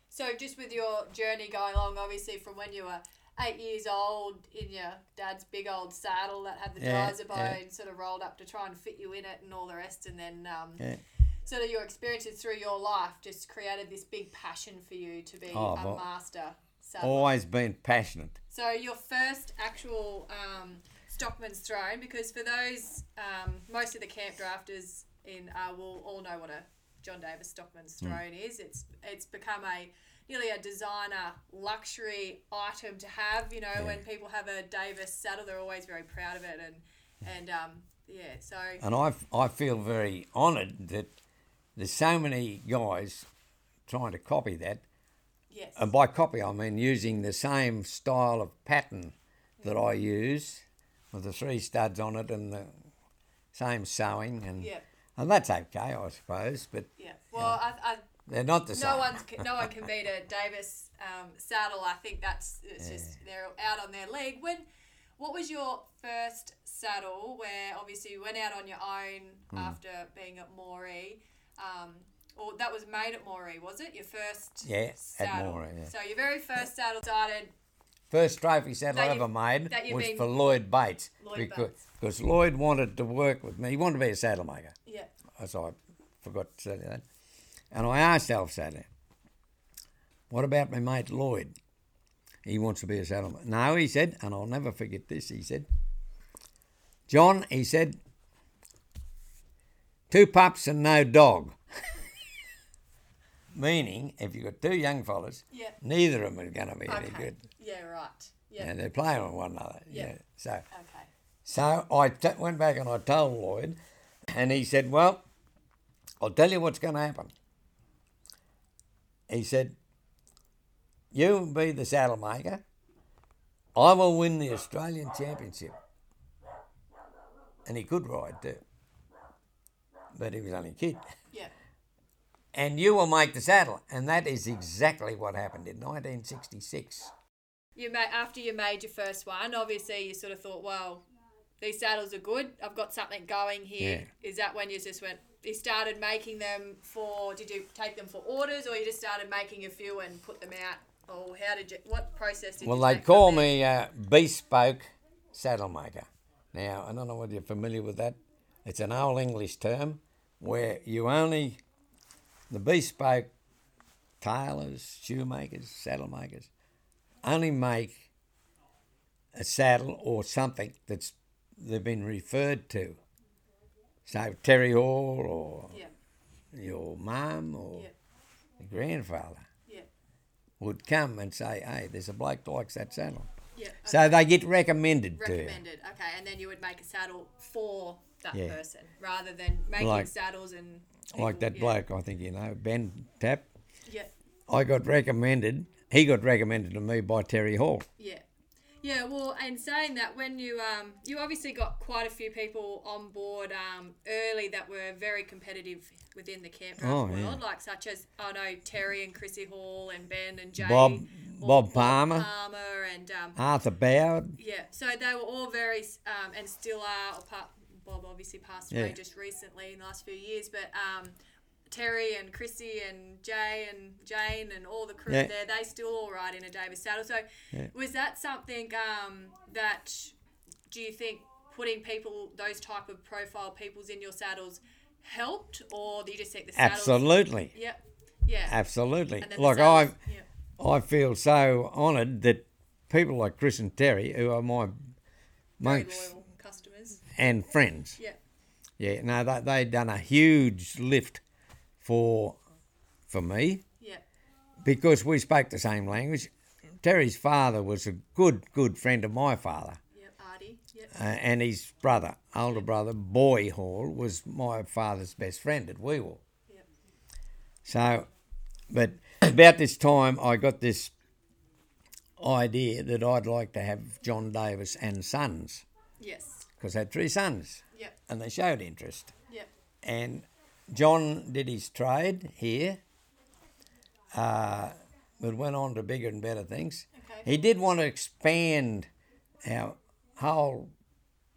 So just with your journey going along, obviously from when you were eight years old in your dad's big old saddle that had the
Yeah,
geyser bone
yeah.
sort of rolled up to try and fit you in it and all the rest, and then um,
Yeah.
sort of your experiences through your life just created this big passion for you to be
Oh,
a
well-
master saddler.
Always been passionate.
So your first actual um, Stockman's Throne, because for those um, most of the camp drafters in uh, will all know what a John Davis Stockman's Throne is. It's it's become a nearly a designer luxury item to have. You know, when people have a Davis saddle, they're always very proud of it, and and um, yeah. So
And I, I feel very honoured that there's so many guys trying to copy that.
yes,
And by copy, I mean using the same style of pattern that I
Mm-hmm.
use with the three studs on it and the same sewing. And,
Yeah.
and that's okay, I suppose, but
yeah. Well, I, I
they're not the
no
same.
one's no one can beat a Davis um, saddle. I think that's it's just they're out on their leg. When what was your first saddle? Where obviously you went out on your own
Hmm.
after being at Moree, um, or that was made at Moree, was it? Your first
Yeah, at
saddle.
Moree, yeah.
So your very first saddle started.
First trophy saddle I
That you-
ever made
that you
was
mean-
for Lloyd Bates.
Lloyd
because,
Bates.
because Lloyd wanted to work with me. He wanted to be a saddle maker.
Yeah,
as I forgot to say that. And I asked Alf Saddler, what about my mate Lloyd? He wants to be a settlement. No, he said, and I'll never forget this, he said, John, he said, two pups and no dog. Meaning, if you've got two young fellas,
Yeah.
neither of them are going to be any
okay.
good.
Yeah, right. Yeah,
And they're playing with one another.
Yeah.
Yeah. So,
okay.
so I t- went back and I told Lloyd, and he said, Well, I'll tell you what's going to happen. He said, You be the saddle maker. I will win the Australian Championship. And he could ride too. But he was only a kid.
Yeah,
And you will make the saddle. And that is exactly what happened in 1966.
you made after you made your first one. Obviously, you sort of thought, well, these saddles are good. I've got something going here. Is that when you just went? You started making them for? Did you take them for orders, or you just started making a few and put them out? Or how did you? What process did
Well,
you?
they
take
call
from there?
me uh, bespoke saddle maker. Now, I don't know whether you're familiar with that. It's an old English term where you only, the bespoke tailors, shoemakers, saddle makers, only make a saddle or something that's they've been referred to. So Terry Hall or
Yeah.
your mum or
Yeah.
your grandfather
Yeah.
would come and say, "Hey, there's a bloke likes that saddle."
Yeah. okay.
So they get recommended, to.
Recommended. Okay, and then you would make a saddle for that
Yeah.
person rather than making
Like-
saddles and
you. Like
people-
that
yeah.
bloke, I think you know, Ben Tapp.
Yeah.
I got recommended. He got recommended to me by Terry Hall.
Yeah. Yeah, well, and saying that, when you um, you obviously got quite a few people on board um, early that were very competitive within the campground
Oh,
world,
yeah.
like such as I know Terry and Chrissy Hall and Ben and Jay,
Bob-
or
Bob Palmer.
Palmer, and um,
Arthur Bowd.
yeah, so they were all very um, and still are. Apart, Bob obviously passed away
Yeah.
just recently in the last few years, but um, Terry and Chrissy and Jay and Jane and all the crew
Yeah.
there, they still all ride in a Davis saddle. So, was that something um, that do you think putting people those type of profile peoples in your saddles helped, or do you just think the saddles?
Absolutely,
Yep. Yeah.
absolutely.
And then the
Like I,
saddles- yeah.
I feel so honoured that people like Chris and Terry, who are my
Very
mates
loyal customers.
and friends,
Yeah.
yeah, no, they they done a huge lift for for me
Yeah.
because we spoke the same language. Terry's father was a good good friend of my father.
Yeah. Artie. Yeah.
uh, and his brother, older brother, Boy Hall, was my father's best friend at Weewall.
Yep.
So, but about this time, I got this idea that I'd like to have John Davis and sons,
Yes.
because I had three sons,
Yep.
and they showed interest.
Yep.
And John did his trade here, uh, but went on to bigger and better things.
Okay.
He did want to expand our whole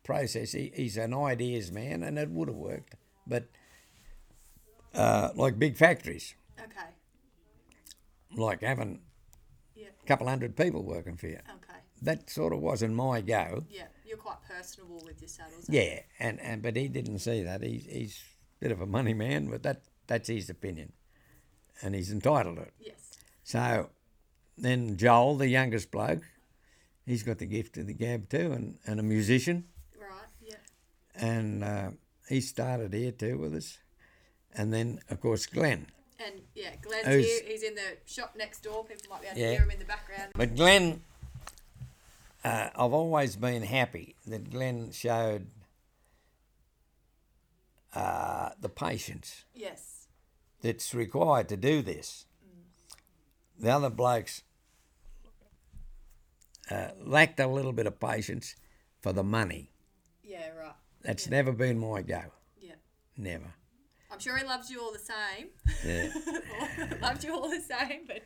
process. He, he's an ideas man, and it would have worked, but uh, like big factories,
Okay.
like having
Yeah.
a couple hundred people working for you.
Okay.
That sort of wasn't my go.
Yeah. You're quite personable with your saddles.
Yeah, and, and but he didn't see that. He's he's a bit of a money man, but that that's his opinion, and he's entitled to it.
Yes.
So then Joel, the youngest bloke, he's got the gift of the gab too, and, and a musician,
Right. Yeah.
and uh, he started here too with us, and then of course Glenn.
And yeah, Glenn's
Who's-
here. He's in the shop next door. People might be able to
Yeah.
hear him in the background.
But Glenn, uh, I've always been happy that Glenn showed uh, the patience.
Yes.
that's required to do this. The other blokes uh, lacked a little bit of patience for the money.
Yeah. Right.
That's never been my go.
Yeah.
Never.
I'm sure he loves you all the same.
Yeah.
loves you all the same, but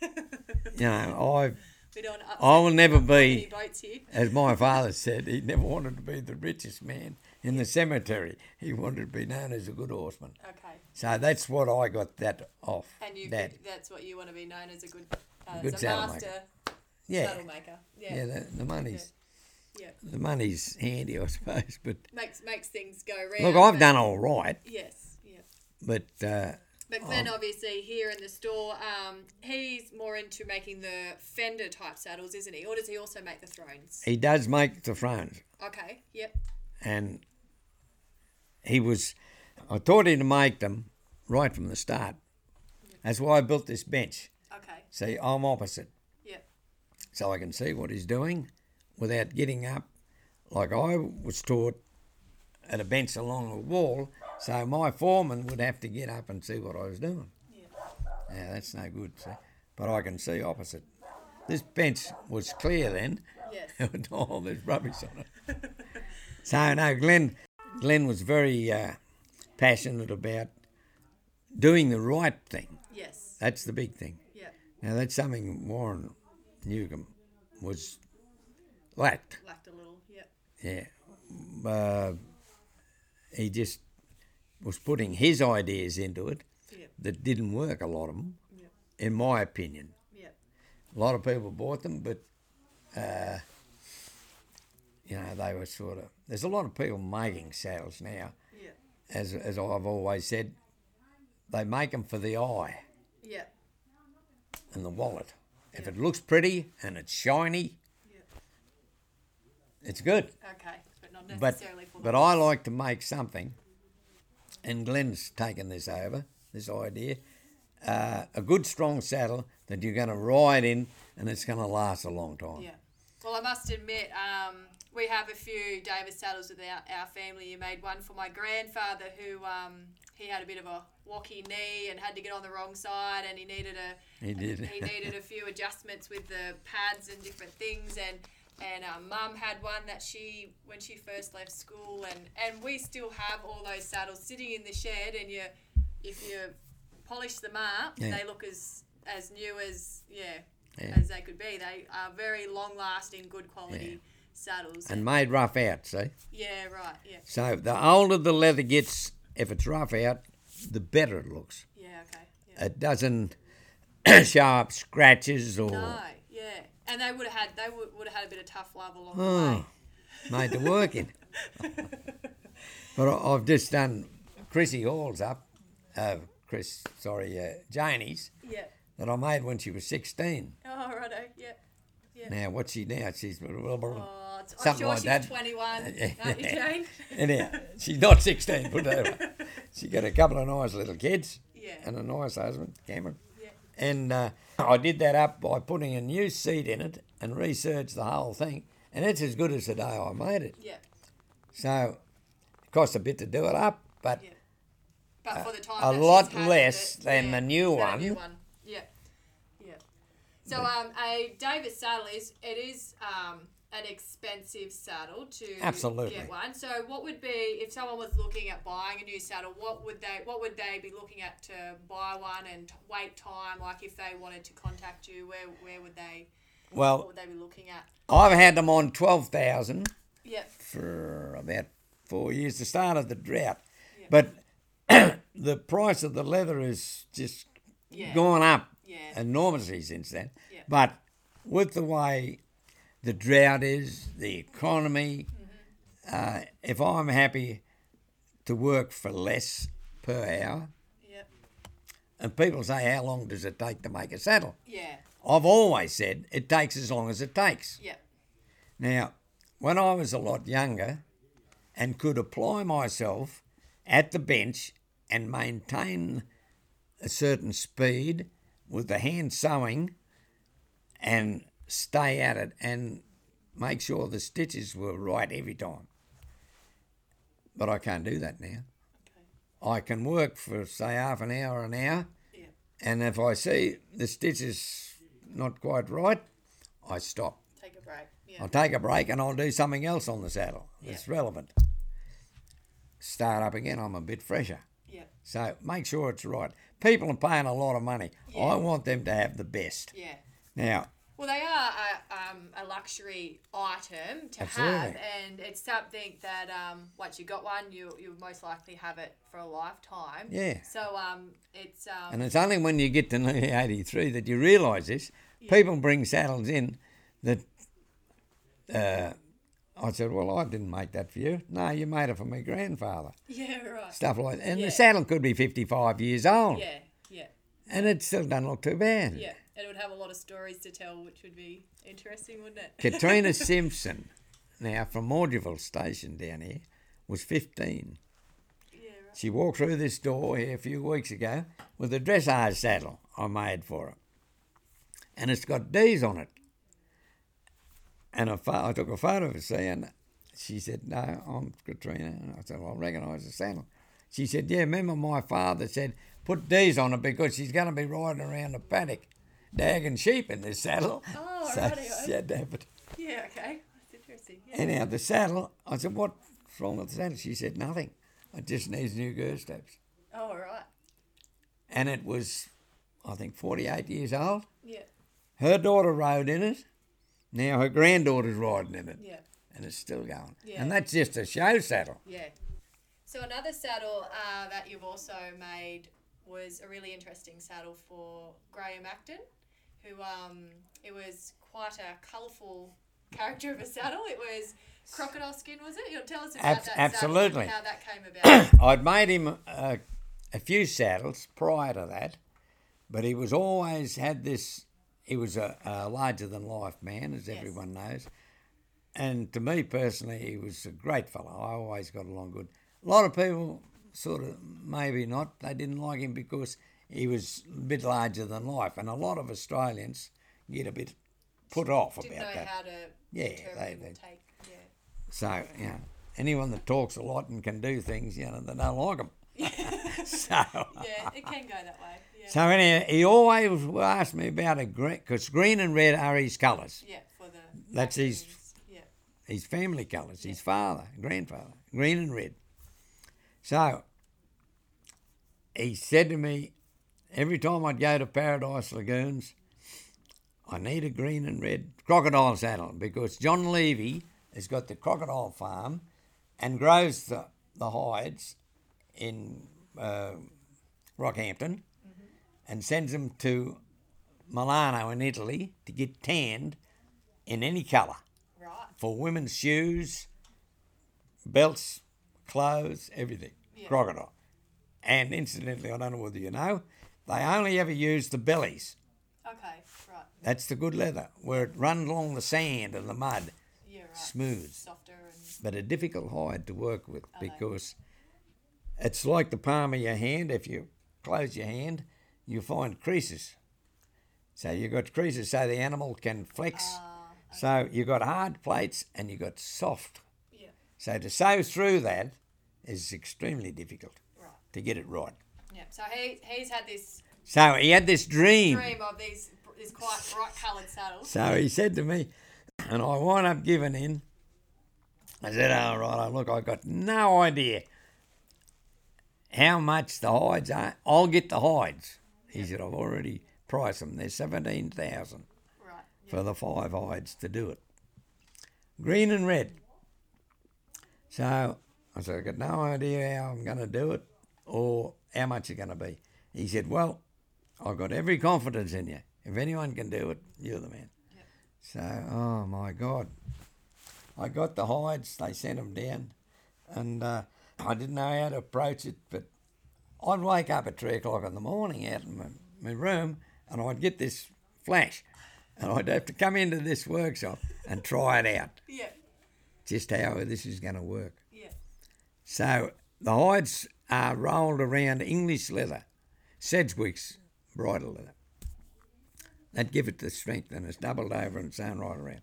you know, I
we don't want to
I will
upset
never
any
be,
boats here.
as my father said, he never wanted to be the richest man in the cemetery. He wanted to be known as a good horseman.
Okay.
So that's what I got that off.
And you.
that.
That's what you want to be known as a good. Uh,
Good
as a
saddle
master
yeah.
saddle maker. Yeah.
Yeah, the, the money's
Yeah.
the money's handy, I suppose. But
Makes makes things go round.
look, I've
but-
done all right.
Yes. Yeah.
But uh,
But Glenn, obviously, here in the store, um, he's more into making the fender type saddles, isn't he? Or does he also make the thrones?
he does make the thrones,
Okay, yep,
and he was. I taught him to make them right from the start. That's why I built this bench.
okay,
See, I'm opposite,
yep,
so I can see what he's doing without getting up, like I was taught at a bench along a wall. So my foreman would have to get up and see what I was doing.
yeah,
Yeah, that's no good. See? But I can see opposite. This bench was clear then.
yes,
with all this rubbish on it. so no, Glenn, Glenn was very uh, passionate about doing the right thing.
yes,
That's the big thing.
yep,
Now that's something Warren Newcomb was lacked.
lacked a little, yep,
Yeah, uh, he just was putting his ideas into it
yep,
that didn't work. A lot of them,
yep,
in my opinion.
yep,
A lot of people bought them, but uh, you know they were sort of. There's a lot of people making saddles now,
yep,
as as I've always said. They make them for the eye
yep,
and the wallet. If it looks pretty and it's shiny,
yep,
It's good.
Okay, but not
But,
necessarily for
but I like to make something, and Glenn's taken this over, this idea, uh, a good strong saddle that you're going to ride in and it's going to last a long time.
Yeah. Well, I must admit, um, we have a few Davis saddles with our, our family. You made one for my grandfather who um, he had a bit of a walkie knee and had to get on the wrong side, and he needed a
He did.
he needed a few adjustments with the pads and different things and. And um, mum had one that she, when she first left school, and, and we still have all those saddles sitting in the shed. And you, if you polish them up,
Yeah.
they look as as new as yeah,
Yeah.
as they could be. They are very long lasting, good quality saddles.
And made rough out, see?
yeah, right. Yeah,
So the older the leather gets, if it's rough out, the better it looks.
yeah, okay. Yeah.
It doesn't show up scratches or.
no, yeah, and they would have had they would, would have had a bit of tough love along the way.
Oh, made the work in. but I- I've just done Chrissy Hall's up, uh, Chris, sorry, uh, Janie's,
Yeah.
that I made when she was 16.
Oh, righto. Yeah.
Now, what's she now? She's.
Oh, it's, I'm
Something
sure
like
she's
that.
21,
Yeah.
aren't you, Jane?
Anyhow, she's not 16, put it that way. She got a couple of nice little kids
Yeah.
and a nice husband, Cameron.
Yeah.
And uh, I did that up by putting a new seat in it and researched the whole thing. And it's as good as the day I made it.
Yeah.
So it cost a bit to do it up, but
Yeah. But for the time,
a
that
lot
she's had
less
with it,
than the new
than a
one.
Yeah, yeah. So um, a Davis saddle is it is um, an expensive saddle to
Absolutely.
get one. So what would be if someone was looking at buying a new saddle? What would they what would they be looking at to buy one and t- wait time? Like if they wanted to contact you, where where would they what
well,
would they be looking at?
I've had them on 12,000
Yeah,
for about four years, the start of the drought.
Yeah.
But the price of the leather is just
yeah,
gone up
Yeah.
enormously since then.
Yeah.
But with the way the drought is, the economy,
Mm-hmm.
uh, if I'm happy to work for less per hour,
yeah,
and people say, How long does it take to make a saddle?
yeah,
I've always said it takes as long as it takes.
yeah,
Now, when I was a lot younger and could apply myself at the bench and maintain a certain speed with the hand sewing and stay at it and make sure the stitches were right every time. But I can't do that now. I can work for, say, half an hour, an hour,
yeah,
and if I see the stitches not quite right, I stop.
Take a break. Yeah,
I'll take a break and I'll do something else on the saddle that's relevant. Start up again, I'm a bit fresher.
yeah,
So make sure it's right. People are paying a lot of money. I want them to have the best.
yeah.
Now,
Well, they are a, um, a luxury item to have,
Absolutely.
and it's something that um, once you got one, you you most likely have it for a lifetime.
Yeah.
So um, it's um,
and it's only when you get to 1983 that you realise this. People bring saddles in that. Uh, I said, Well, I didn't make that for you. No, you made it for my grandfather.
yeah right.
Stuff like that. And
Yeah.
the saddle could be 55 years old
Yeah, yeah,
and it still doesn't look too bad.
yeah. And it would have a lot of stories to tell, which would be interesting, wouldn't it?
Katrina Simpson, now from Mordeville Station down here, was 15.
Yeah, right.
She walked through this door here a few weeks ago with a dressage saddle I made for her. And it's got D's on it. And a pho- I took a photo of her saying, she said, no, I'm Katrina. And I said, well, I recognise the saddle. She said, yeah, remember my father said, put D's on it because she's going to be riding around the paddock dagging sheep in this saddle.
Oh,
so
rightio.
she had to have it.
Yeah, okay. That's interesting. Yeah.
Anyhow, the saddle, I said, what's wrong with the saddle? She said, nothing. It just needs new girth straps.
Oh, right.
And it was, I think, 48 years old.
Yeah,
Her daughter rode in it. Now her granddaughter's riding in it.
yeah.
And it's still going.
Yeah.
And that's just a show saddle.
Yeah. So another saddle uh, that you've also made was a really interesting saddle for Graham Acton, who um, it was quite a colourful character of a saddle. It was crocodile skin, was it? You'll tell us about
Abs-
that saddle
absolutely.
and how that came about.
I'd made him a, a few saddles prior to that, but he was always had this. He was a, a larger than life man, as everyone knows, And to me personally, he was a great fellow. I always got along good. A lot of people sort of maybe not. They didn't like him because he was a bit larger than life, and a lot of Australians get a bit put off
Didn't know
about that.
how to
Yeah,
determine
they-
or
they-
take. Yeah.
So, you know, anyone that talks a lot and can do things, you know, they don't like them. so,
yeah, it can go that way. Yeah.
Uh, so anyhow, he always will ask me about a green, because green and red are his colours,
yeah, for the.
That's his-
acronyms. Yeah.
his family colours, his father, grandfather, green and red. So, he said to me, every time I'd go to Paradise Lagoons, I need a green and red crocodile saddle because John Levy has got the crocodile farm and grows the, the hides in uh, Rockhampton and sends them to Milano in Italy to get tanned in any colour
Right.
for women's shoes, belts, clothes, everything.
Yeah.
Crocodile. And incidentally, I don't know whether you know, they only ever use the bellies.
Okay. Right.
That's the good leather, where it runs along the sand and the mud.
Yeah. Right.
Smooth.
Softer and.
But a difficult hide to work with
I know.
because it's like the palm of your hand. If you close your hand, you find creases. So you've got creases so the animal can flex.
Ah,
So you've got hard plates and you've got soft.
Yeah.
So to sew through that is extremely difficult
Right.
to get it right.
Yeah. So he he's had this
So he had this dream.
dream of these these quite bright coloured saddles.
So he said to me, and I wound up giving in. I said, all right, oh, look, I've got no idea how much the hides are. I'll get the hides. He said, I've already priced them. They're 17000
Right. Yeah.
for the five hides to do it. Green and red. So I said, I've got no idea how I'm going to do it or how much it's going to be. He said, Well, I've got every confidence in you. If anyone can do it, you're the man.
Yep.
So, oh my God. I got the hides, they sent them down, and uh, I didn't know how to approach it, but I'd wake up at three o'clock in the morning out in my, my room and I'd get this flash and I'd have to come into this workshop and try it out,
Yeah.
just how this is going to work.
Yeah.
So the hides are rolled around English leather, Sedgwick's bridle leather. That give it the strength and it's doubled over and sewn right around.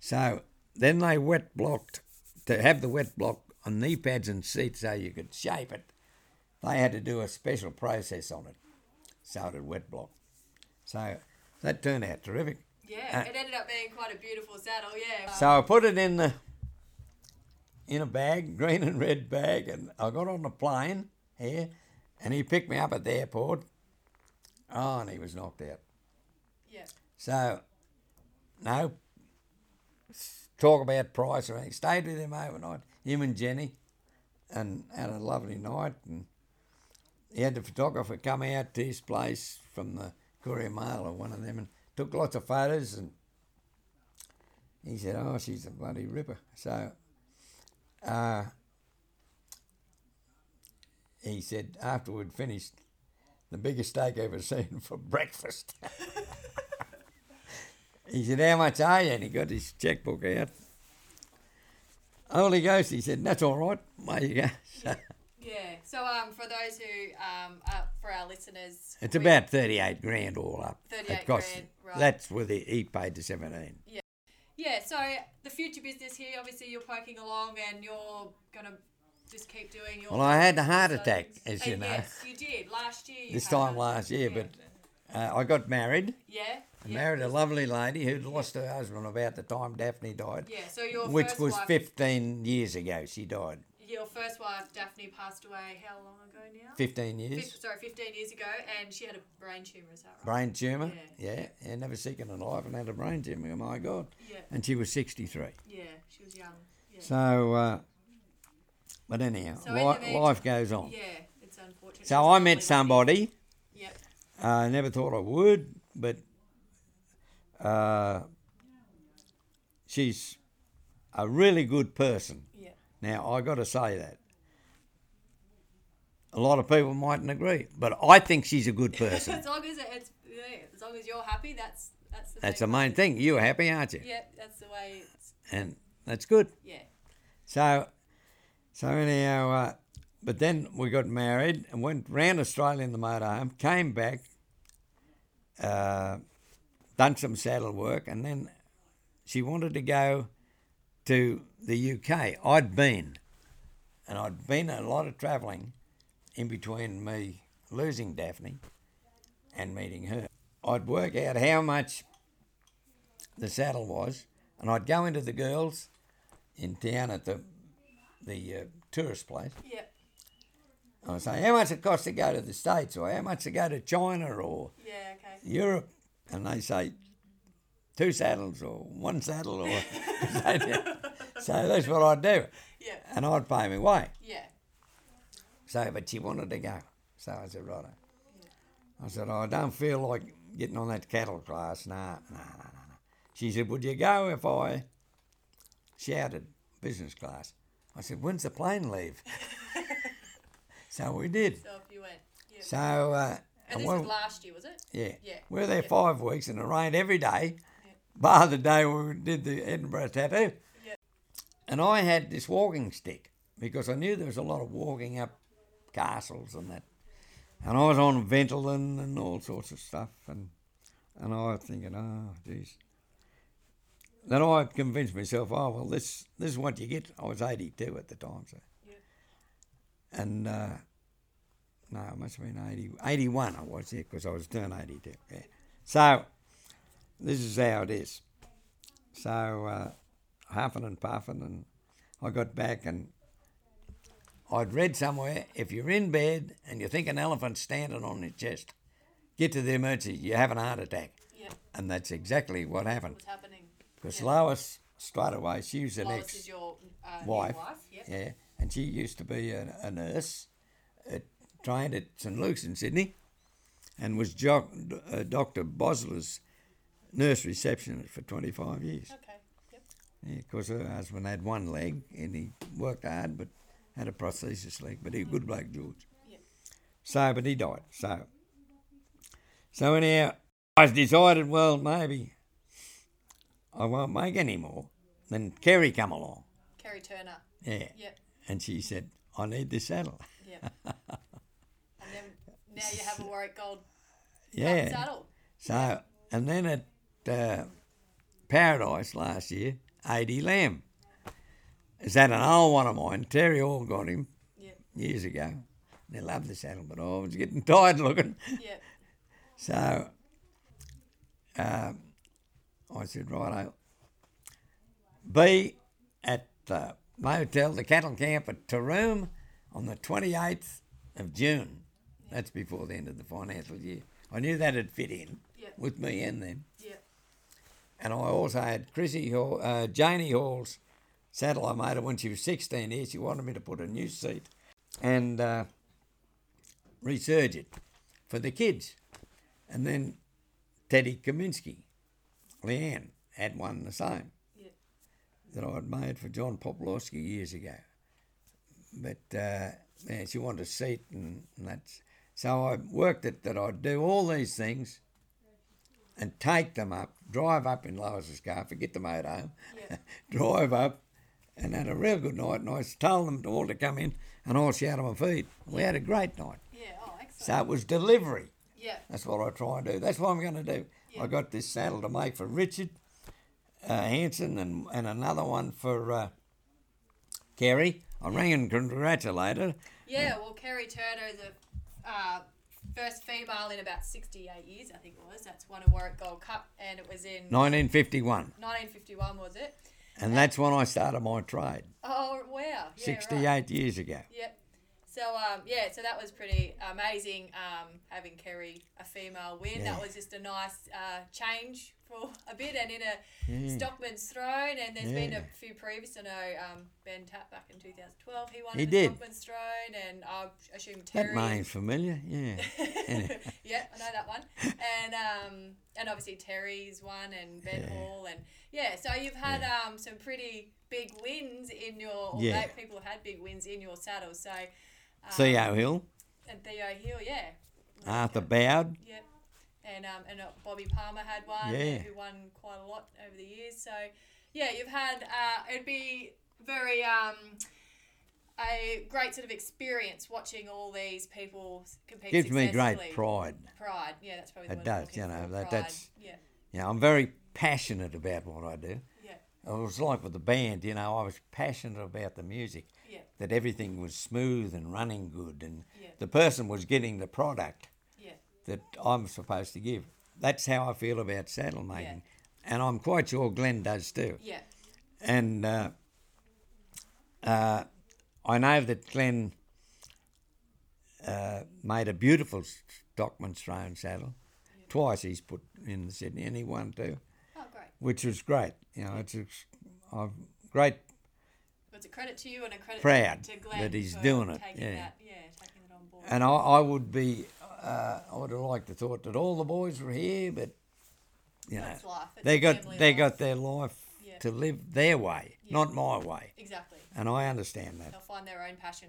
So then they wet blocked, to have the wet block on knee pads and seats so you could shape it, they had to do a special process on it. So it wet block. So that turned out terrific.
Yeah.
Uh,
it ended up being quite a beautiful saddle. Yeah. Um,
So I put it in the in a bag, green and red bag, and I got on the plane here, and he picked me up at the airport. Oh, and he was knocked out.
yeah.
So, no talk about price or anything. Stayed with him overnight, him and Jenny, and had a lovely night. And he had the photographer come out to his place from the Courier Mail or one of them, and took lots of photos. And he said, "Oh, she's a bloody ripper." So, uh, he said after we'd finished, the biggest steak I ever seen for breakfast. He said, How much are you? And he got his checkbook out. Holy Ghost, he said, That's all right. There you go. So,
Yeah. So um, for those who um, uh, for our listeners,
it's
we-
about 38 grand all up.
38
cost-
grand, right.
That's with the, he paid the 17.
Yeah. So the future business here, obviously, you're poking along and you're gonna just keep doing your.
Well, I had a heart
things.
attack, as
Uh,
you know,
Yes, you did last year. you
this
had
time
a-
last year,
yeah.
but uh, I got married.
yeah.
I
yeah.
married a lovely lady who'd lost her husband about the time Daphne died,
Yeah. So your
which
first
was
wife,
15 years ago. She died.
Your first wife, Daphne, passed away. How long ago now?
15 years.
Fif- sorry, 15 years ago, and she had a brain tumor. Is that right?
Brain tumour. Yeah. yeah. never sick in her life and had a brain tumour. My God.
Yeah.
And she was 63.
Yeah. She was young. Yeah.
So, uh, but anyhow,
So
li-
in the meantime-
life goes on.
yeah. It's unfortunate. It's
Oh. So I
really
met
lucky.
somebody.
Yep.
I never thought I would, but uh, she's a really good person.
Yeah.
Now I got to say that a lot of people mightn't agree, but I think she's a good person.
as long as it- it's yeah, as long as you're happy, that's that's the
That's the
thing.
main thing. You're happy, aren't you?
Yeah, that's the way. It's,
and that's good.
Yeah.
So, so anyhow, uh, but then we got married and went round Australia in the motorhome, came back, uh, done some saddle work, and then she wanted to go to the UK. I'd been, and I'd been a lot of travelling in between me losing Daphne and meeting her. I'd work out how much the saddle was, and I'd go into the girls in town at the the uh, tourist place.
Yeah.
And I'd say, how much it costs to go to the States, or how much to go to China, or
Yeah. Okay.
Europe, and they say two saddles or one saddle, or so that's what I'd do,
Yeah.
and I'd pay my way.
Yeah.
So, but she wanted to go. So I said, righto. I said, oh, I don't feel like getting on that cattle class. No, no, no, no, no. She said, would you go if I shouted business class? I said, when's the plane leave? so we did.
So if you went. Yeah.
So, uh,
and
and
this
we-
was last year, was it?
yeah.
yeah,
we were there
yeah.
five weeks and it rained every day, bar the day we did the Edinburgh tattoo.
Yeah.
And I had this walking stick because I knew there was a lot of walking up castles and that. And I was on Ventolin and all sorts of stuff. And, and I was thinking, oh, geez. Then I convinced myself, oh, well, this, this is what you get. I was 82 at the time, so.
Yeah.
And uh, no, it must have been 80, 81 I was, yeah, because I was turned 82. Yeah. So this is how it is. So uh, huffing and puffing, and I got back and I'd read somewhere if you're in bed and you think an elephant's standing on your chest, get to the emergency, you have an heart attack.
Yeah.
And that's exactly what happened.
Was happening.
Because
Yeah.
Lois, straight away, she was the
Lois
next
is your uh, new
wife.
wife. Yep.
Yeah, and she used to be a, a nurse, at, trained at St Luke's in Sydney, and was jo- uh, Dr Bosler's nurse receptionist for 25 years.
Okay. Yep.
Because her husband had one leg, and he worked hard, but had a prosthesis leg. But he was a good bloke, George.
Yep.
So, but he died. So, so anyhow, I decided, well, maybe I won't make any more. Then Kerry come along.
Kerry Turner.
Yeah.
Yep.
And she said, I need this saddle.
Yep. and then now you have a Warwick Gold
Yeah.
saddle.
So, and then at uh, Paradise last year, 80 Lamb. Is that an old one of mine? Terry Orr got him
Yep.
years ago. They loved the saddle, but I was getting tired looking.
Yep.
So um, I said, righto, be at the motel, the cattle camp at Taroom on the 28th of June. That's before the end of the financial year. I knew that'd fit in
Yep.
with me and them.
Yep.
And I also had Chrissy Hall, uh, Janie Hall's saddle I made her when she was 16 here. She wanted me to put a new seat and uh, resurge it for the kids. And then Teddy Kaminsky, Leanne, had one the same
Yep.
that I'd made for John Poplowski years ago. But uh, yeah, she wanted a seat, and, and that's so I worked it that I'd do all these things and take them up, drive up in Lois's car, forget the motor home,
Yep.
drive up, and had a real good night. And I told them all to come in, and I shout them a feed. We had a great night.
Yeah. Oh, excellent.
So it was delivery.
Yep.
That's what I try and do. That's what I'm going to do. I got this saddle to make for Richard uh, Hanson and, and another one for uh, Kerry. I rang and congratulated her.
Yeah, well, Kerry Turner, the uh, first female in about 68 years, I think it was. That's won a Warwick Gold Cup, and it was in
1951.
1951, was it?
And that's when I started my trade,
Oh, wow. Yeah, right.
68 years ago.
Yep. So, um, yeah, so that was pretty amazing um, having Kerry, a female, win. That was just a nice uh, change for a bit and in a Stockman's throne. And there's been a
Yeah.
few previous. I know um, Ben Tapp back in 2012, he won
He
the
did.
Stockman's throne, and I assume Terry.
That name's familiar, yeah.
yeah, I know that one. And um, and obviously Terry's one and Ben
Yeah.
Hall and yeah. So you've had um some pretty big wins in your. Or
Yeah.
eight people have had big wins in your saddle. So Uh, um,
Theo Hill,
and Theo Hill, yeah,
Arthur Bowd.
yep. And um, and uh, Bobby Palmer had one
Yeah.
who won quite a lot over the years. So yeah, you've had uh, it'd be very um, a great sort of experience watching all these people compete.
Gives me great
successfully.
pride.
Pride, yeah, that's probably the
It
word
does,
I'm looking
you know,
for,
that-
pride.
that's-
yeah,
You know, I'm very passionate about what I do.
yeah,
It was like with the band, you know, I was passionate about the music,
yeah,
that everything was smooth and running good, and
Yeah.
the person was getting the product
yeah,
that I'm supposed to give. That's how I feel about saddle making, and I'm quite sure Glenn does too.
yeah,
And uh, uh, I know that Glenn uh, made a beautiful Stockman's Throne saddle. Twice he's put in the Sydney, and he won too,
oh great.
which was great. You know, it's a, I've great
It's a credit to you and a credit
Proud
to Glenn
that he's
for
doing it,
Taking
yeah. Uh,
that, yeah, taking it on board.
And I, I would be, uh, I would have liked the thought that all the boys were here, but you know,
That's life. It's
they got
family
they
life.
got their life
Yeah.
to live their way, not my way,
exactly.
and I understand that.
They'll find their own passion.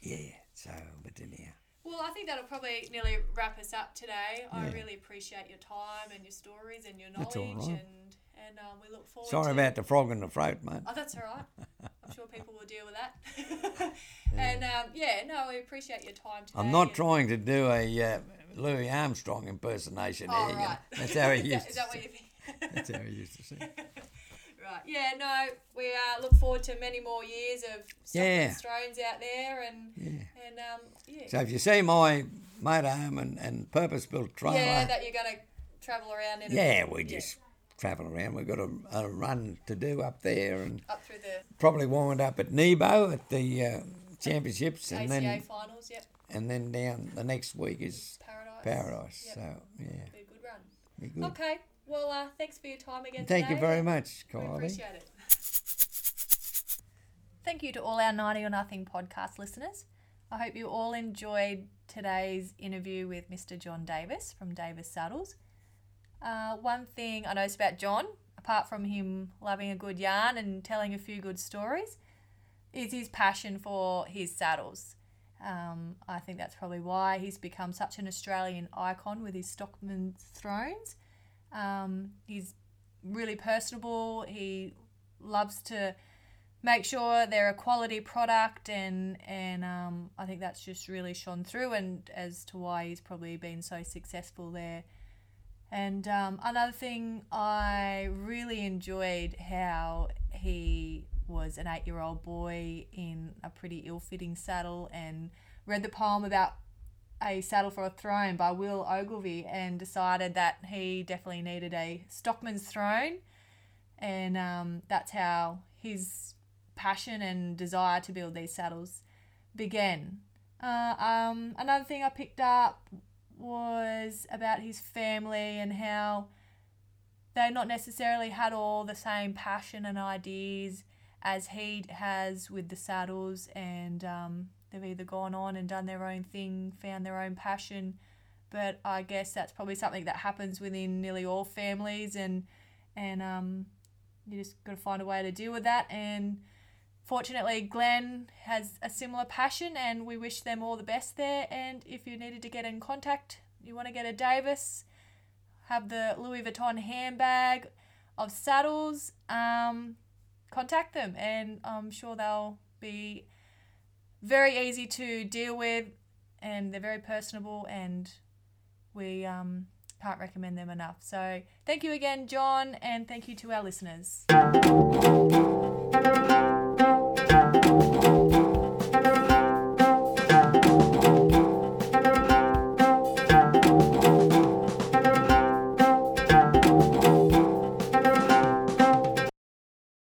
Yeah. So, but anyhow,
Well, I think that'll probably nearly wrap us up today. I
Yeah.
really appreciate your time and your stories and your knowledge,
That's all right.
and and um, we look forward.
sorry
to,
about the frog in the throat, mate.
Oh, that's all right. I'm sure people will deal with that. And um, yeah, no, we appreciate your time today.
I'm not
and-
trying to do a uh, Louis Armstrong impersonation
Oh,
here. you know.
right.
That's how he
is, that,
used. to
is that
say-
what you think?
That's how he used to say.
Right. Yeah, no, we uh, look forward to many more years of stuff
Yeah.
yeah. drones out there and and um, yeah.
So if you see my motorhome and, and purpose-built trailer,
yeah, that you're gonna travel around in
Yeah,
a,
we just travel around. We've got a, a run to do up there and
up through the
probably wind up at Nebo at the uh, championships
ACA
and then
finals, yep,
and then down the next week is
paradise.
Paradise.
Yep.
So yeah,
Be a good run.
be good.
Okay. Well uh, thanks for your time again.
Thank you
today.
very much,
We
Kylie.
appreciate it. Thank you to all our 90 or Nothing podcast listeners. I hope you all enjoyed today's interview with Mr. John Davis from Davis Saddles. Uh, one thing I noticed about John, apart from him loving a good yarn and telling a few good stories, is his passion for his saddles. Um, I think that's probably why he's become such an Australian icon with his Stockman Thrones. Um, he's really personable. He loves to make sure they're a quality product, and and um, I think that's just really shone through, and as to why he's probably been so successful there. And um, another thing, I really enjoyed how he was an eight year old boy in a pretty ill fitting saddle and read the poem about a Saddle for a Throne by Will Ogilvy and decided that he definitely needed a Stockman's throne. And um, that's how his passion and desire to build these saddles began. Uh, um, another thing I picked up was about his family and how they not necessarily had all the same passion and ideas as he has with the saddles, and um, they've either gone on and done their own thing, found their own passion. But I guess that's probably something that happens within nearly all families, and and um, you just got to find a way to deal with that. And fortunately, Glenn has a similar passion, and we wish them all the best there. And if you needed to get in contact, you want to get a Davis have the Louis Vuitton handbag of saddles, um, contact them and I'm sure they'll be very easy to deal with and they're very personable and we um, can't recommend them enough. So thank you again, John, and thank you to our listeners.